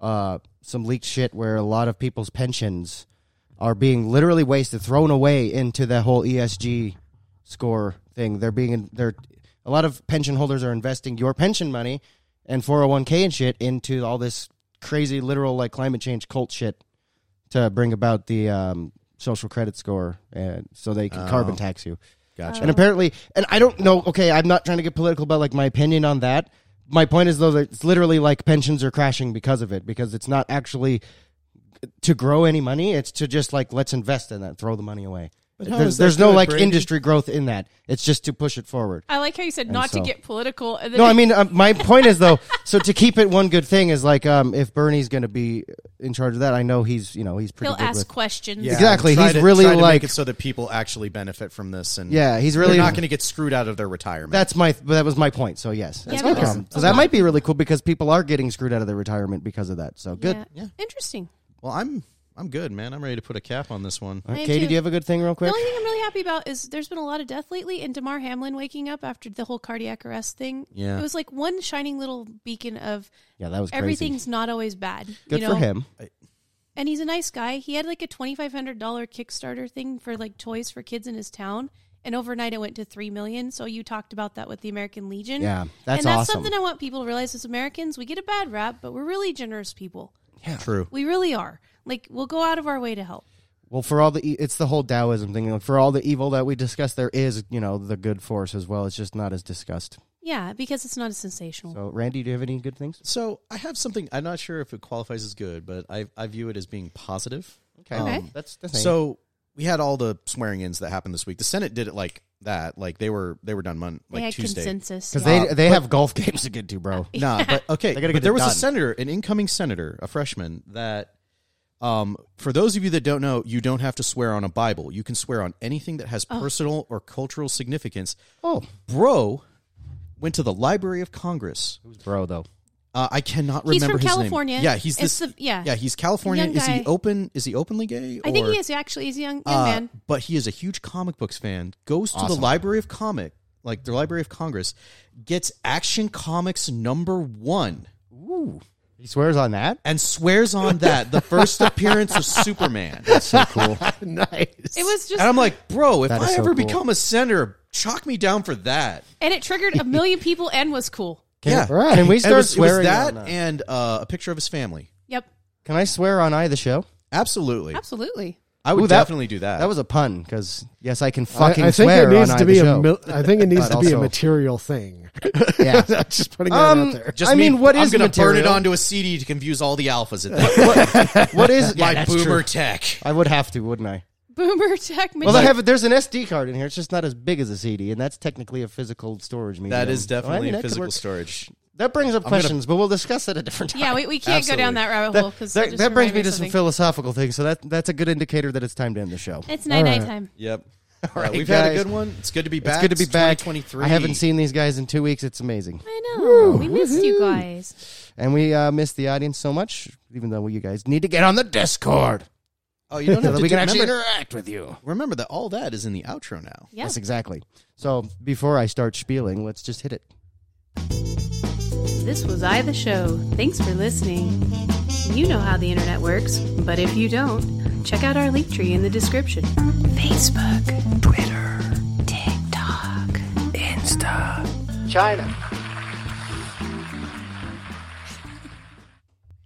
[SPEAKER 2] uh, some leaked shit where a lot of people's pensions are being literally wasted, thrown away into the whole ESG score thing. They're being they're a lot of pension holders are investing your pension money and 401k and shit into all this crazy literal like climate change cult shit to bring about the um, social credit score and so they can carbon tax you.
[SPEAKER 5] Gotcha.
[SPEAKER 2] And apparently, and I don't know. Okay, I'm not trying to get political about like my opinion on that. My point is though that it's literally like pensions are crashing because of it because it's not actually to grow any money. It's to just like let's invest in that, throw the money away.
[SPEAKER 5] how
[SPEAKER 2] There's,
[SPEAKER 5] is that
[SPEAKER 2] there's no
[SPEAKER 5] good,
[SPEAKER 2] like
[SPEAKER 5] Brady?
[SPEAKER 2] industry growth in that. It's just to push it forward.
[SPEAKER 3] I like how you said not
[SPEAKER 2] so-
[SPEAKER 3] to get political. And then
[SPEAKER 2] No, I mean uh, my point is though. So to keep it one good thing is like um, if Bernie's going to be in charge of that, I know he's you know he's pretty
[SPEAKER 3] he'll
[SPEAKER 2] good
[SPEAKER 3] ask
[SPEAKER 2] with.
[SPEAKER 3] questions.
[SPEAKER 5] Yeah,
[SPEAKER 2] Exactly,
[SPEAKER 5] try
[SPEAKER 2] he's
[SPEAKER 5] to-
[SPEAKER 2] really
[SPEAKER 5] try to make
[SPEAKER 2] like-
[SPEAKER 5] it so that people actually benefit from this, and
[SPEAKER 2] Yeah, he's
[SPEAKER 5] they're
[SPEAKER 2] really-
[SPEAKER 5] not going to get screwed out of their retirement.
[SPEAKER 2] That's my that was my point. So yes,
[SPEAKER 3] Yeah,
[SPEAKER 2] that's my
[SPEAKER 3] because-
[SPEAKER 2] problem. So that might be really cool because people are getting screwed out of their retirement because of that. So good.
[SPEAKER 3] Yeah. Interesting.
[SPEAKER 5] well, I'm I'm good, man. I'm ready to put a cap on this one.
[SPEAKER 2] All right,
[SPEAKER 3] I am
[SPEAKER 2] Katie,
[SPEAKER 3] too.
[SPEAKER 2] do you have a good thing real
[SPEAKER 3] The
[SPEAKER 2] quick?
[SPEAKER 3] only thing I'm really happy about is there's been a lot of death lately, and Damar Hamlin waking up after the whole cardiac arrest thing.
[SPEAKER 5] Yeah.
[SPEAKER 3] It was like one shining little beacon of
[SPEAKER 2] Yeah, that was crazy.
[SPEAKER 3] everything's not always bad.
[SPEAKER 2] good
[SPEAKER 3] you know?
[SPEAKER 2] for him.
[SPEAKER 3] And he's a nice guy. He had like a $2,500 Kickstarter thing for like toys for kids in his town. And overnight it went to 3 million. So you talked about that with the American Legion.
[SPEAKER 2] Yeah, that's
[SPEAKER 3] And that's
[SPEAKER 2] awesome.
[SPEAKER 3] something I want people to realize as Americans, we get a bad rap, but we're really generous people.
[SPEAKER 5] True.
[SPEAKER 3] We really are. Like we'll go out of our way to help.
[SPEAKER 2] Well, for all the e- it's the whole Taoism thing. Like, for all the evil that we discussed, there is you know the good force as well. It's just not as discussed.
[SPEAKER 3] Yeah, because it's not as sensational.
[SPEAKER 2] So, Randy, do you have any good things?
[SPEAKER 5] So I have something. I'm not sure if it qualifies as good, but I I view it as being positive.
[SPEAKER 3] Okay.
[SPEAKER 2] Um, that's the thing. So
[SPEAKER 5] So we had all the swearing ins that happened this week. The Senate did it like that. Like they were they were done Monday,
[SPEAKER 3] they had
[SPEAKER 5] like Tuesday.
[SPEAKER 3] consensus.
[SPEAKER 2] because
[SPEAKER 3] yeah.
[SPEAKER 2] they they have golf games to get to, bro.
[SPEAKER 5] Nah, but okay.
[SPEAKER 2] They gotta get
[SPEAKER 5] but
[SPEAKER 2] it
[SPEAKER 5] there was
[SPEAKER 2] done.
[SPEAKER 5] a senator, an incoming senator, a freshman that Um, for those of you that don't know, you don't have to swear on a Bible. You can swear on anything that has
[SPEAKER 3] Oh.
[SPEAKER 5] personal or cultural significance.
[SPEAKER 2] Oh,
[SPEAKER 5] Bro went to the Library of Congress.
[SPEAKER 2] who's bro though?
[SPEAKER 5] Uh, I cannot
[SPEAKER 3] He's
[SPEAKER 5] remember
[SPEAKER 3] from
[SPEAKER 5] his
[SPEAKER 3] California.
[SPEAKER 5] name. Yeah, he's
[SPEAKER 3] It's
[SPEAKER 5] this.
[SPEAKER 3] the- yeah.
[SPEAKER 5] yeah, he's California.
[SPEAKER 3] Young
[SPEAKER 5] Is he
[SPEAKER 3] guy.
[SPEAKER 5] open? Is he openly gay?
[SPEAKER 3] I think
[SPEAKER 5] or-
[SPEAKER 3] he is actually. He's a young, young
[SPEAKER 5] uh,
[SPEAKER 3] man.
[SPEAKER 5] But he is a huge comic books fan. Goes to
[SPEAKER 2] Awesome.
[SPEAKER 5] the Library of Comic, like the Library of Congress, gets Action Comics number one,
[SPEAKER 2] He swears on that.
[SPEAKER 5] and swears on that the first appearance of Superman.
[SPEAKER 2] So cool.
[SPEAKER 3] It
[SPEAKER 4] nice.
[SPEAKER 3] was just,
[SPEAKER 5] And I'm like, bro, if
[SPEAKER 2] That is
[SPEAKER 5] I
[SPEAKER 2] so
[SPEAKER 5] ever
[SPEAKER 2] cool.
[SPEAKER 5] become a senator, chalk me down for that.
[SPEAKER 3] and it triggered a million people and was cool.
[SPEAKER 5] yeah,
[SPEAKER 4] right.
[SPEAKER 2] Can we
[SPEAKER 5] And it
[SPEAKER 2] start
[SPEAKER 5] was, it was
[SPEAKER 2] swearing
[SPEAKER 5] that,
[SPEAKER 2] on that?
[SPEAKER 5] and uh, a picture of his family.
[SPEAKER 3] Yep,
[SPEAKER 2] Can I swear on I the show?
[SPEAKER 5] Absolutely,
[SPEAKER 3] absolutely.
[SPEAKER 5] I would
[SPEAKER 2] Ooh, that-
[SPEAKER 5] definitely do that.
[SPEAKER 2] That was a pun because yes, I can fucking
[SPEAKER 4] I, I think
[SPEAKER 2] swear
[SPEAKER 4] it needs
[SPEAKER 2] on
[SPEAKER 4] to
[SPEAKER 2] I
[SPEAKER 4] be
[SPEAKER 2] the
[SPEAKER 4] a
[SPEAKER 2] show.
[SPEAKER 4] mil- I think it needs
[SPEAKER 2] But
[SPEAKER 4] to be a
[SPEAKER 2] also-
[SPEAKER 4] material thing.
[SPEAKER 2] yeah.
[SPEAKER 4] Just putting that
[SPEAKER 2] Um,
[SPEAKER 4] out there.
[SPEAKER 5] Just
[SPEAKER 2] I
[SPEAKER 5] me-
[SPEAKER 2] mean, what
[SPEAKER 5] I'm
[SPEAKER 2] is
[SPEAKER 5] gonna burn it
[SPEAKER 2] material?
[SPEAKER 5] onto a CD to confuse all the alphas at that. point.
[SPEAKER 2] What is
[SPEAKER 5] my
[SPEAKER 2] that's
[SPEAKER 5] boomer
[SPEAKER 2] true.
[SPEAKER 5] tech.
[SPEAKER 2] I would have to, wouldn't I?
[SPEAKER 3] Boomer tech.
[SPEAKER 2] Well, I have. There's an SD card in here. It's just not as big as a CD, and that's technically a physical storage medium.
[SPEAKER 5] That is
[SPEAKER 2] So, Oh, I
[SPEAKER 5] definitely
[SPEAKER 2] mean, that could
[SPEAKER 5] physical
[SPEAKER 2] work.
[SPEAKER 5] storage.
[SPEAKER 2] That brings up
[SPEAKER 5] gonna-
[SPEAKER 2] questions, but we'll discuss that a different time.
[SPEAKER 3] yeah, we, we can't go down that rabbit
[SPEAKER 2] That-
[SPEAKER 3] hole because
[SPEAKER 2] that, that brings me to some philosophical things. So that that's a good indicator that it's time to end the show.
[SPEAKER 3] It's night night
[SPEAKER 4] right.
[SPEAKER 3] time.
[SPEAKER 5] Yep. All
[SPEAKER 2] right,
[SPEAKER 5] we've had a
[SPEAKER 2] guys.
[SPEAKER 5] good one. It's good to be back.
[SPEAKER 2] It's good to be back.
[SPEAKER 5] 2023.
[SPEAKER 2] I haven't seen these guys in two weeks. It's amazing,
[SPEAKER 3] I know we missed you guys.
[SPEAKER 2] and we uh, miss the audience so much. Even though you guys need to get on the Discord
[SPEAKER 5] Oh, you don't
[SPEAKER 2] so
[SPEAKER 5] have
[SPEAKER 2] that
[SPEAKER 5] to
[SPEAKER 2] we
[SPEAKER 5] do-
[SPEAKER 2] can actually
[SPEAKER 5] remember,
[SPEAKER 2] interact with you.
[SPEAKER 5] remember that all that is in the outro now.
[SPEAKER 3] Yeah.
[SPEAKER 2] Yes, exactly. So before I start spieling, let's just hit it.
[SPEAKER 1] This was I the Show. Thanks for listening. You know how the internet works, but if you don't, check out our link tree in the description.
[SPEAKER 7] Facebook, Twitter, TikTok, Insta, China,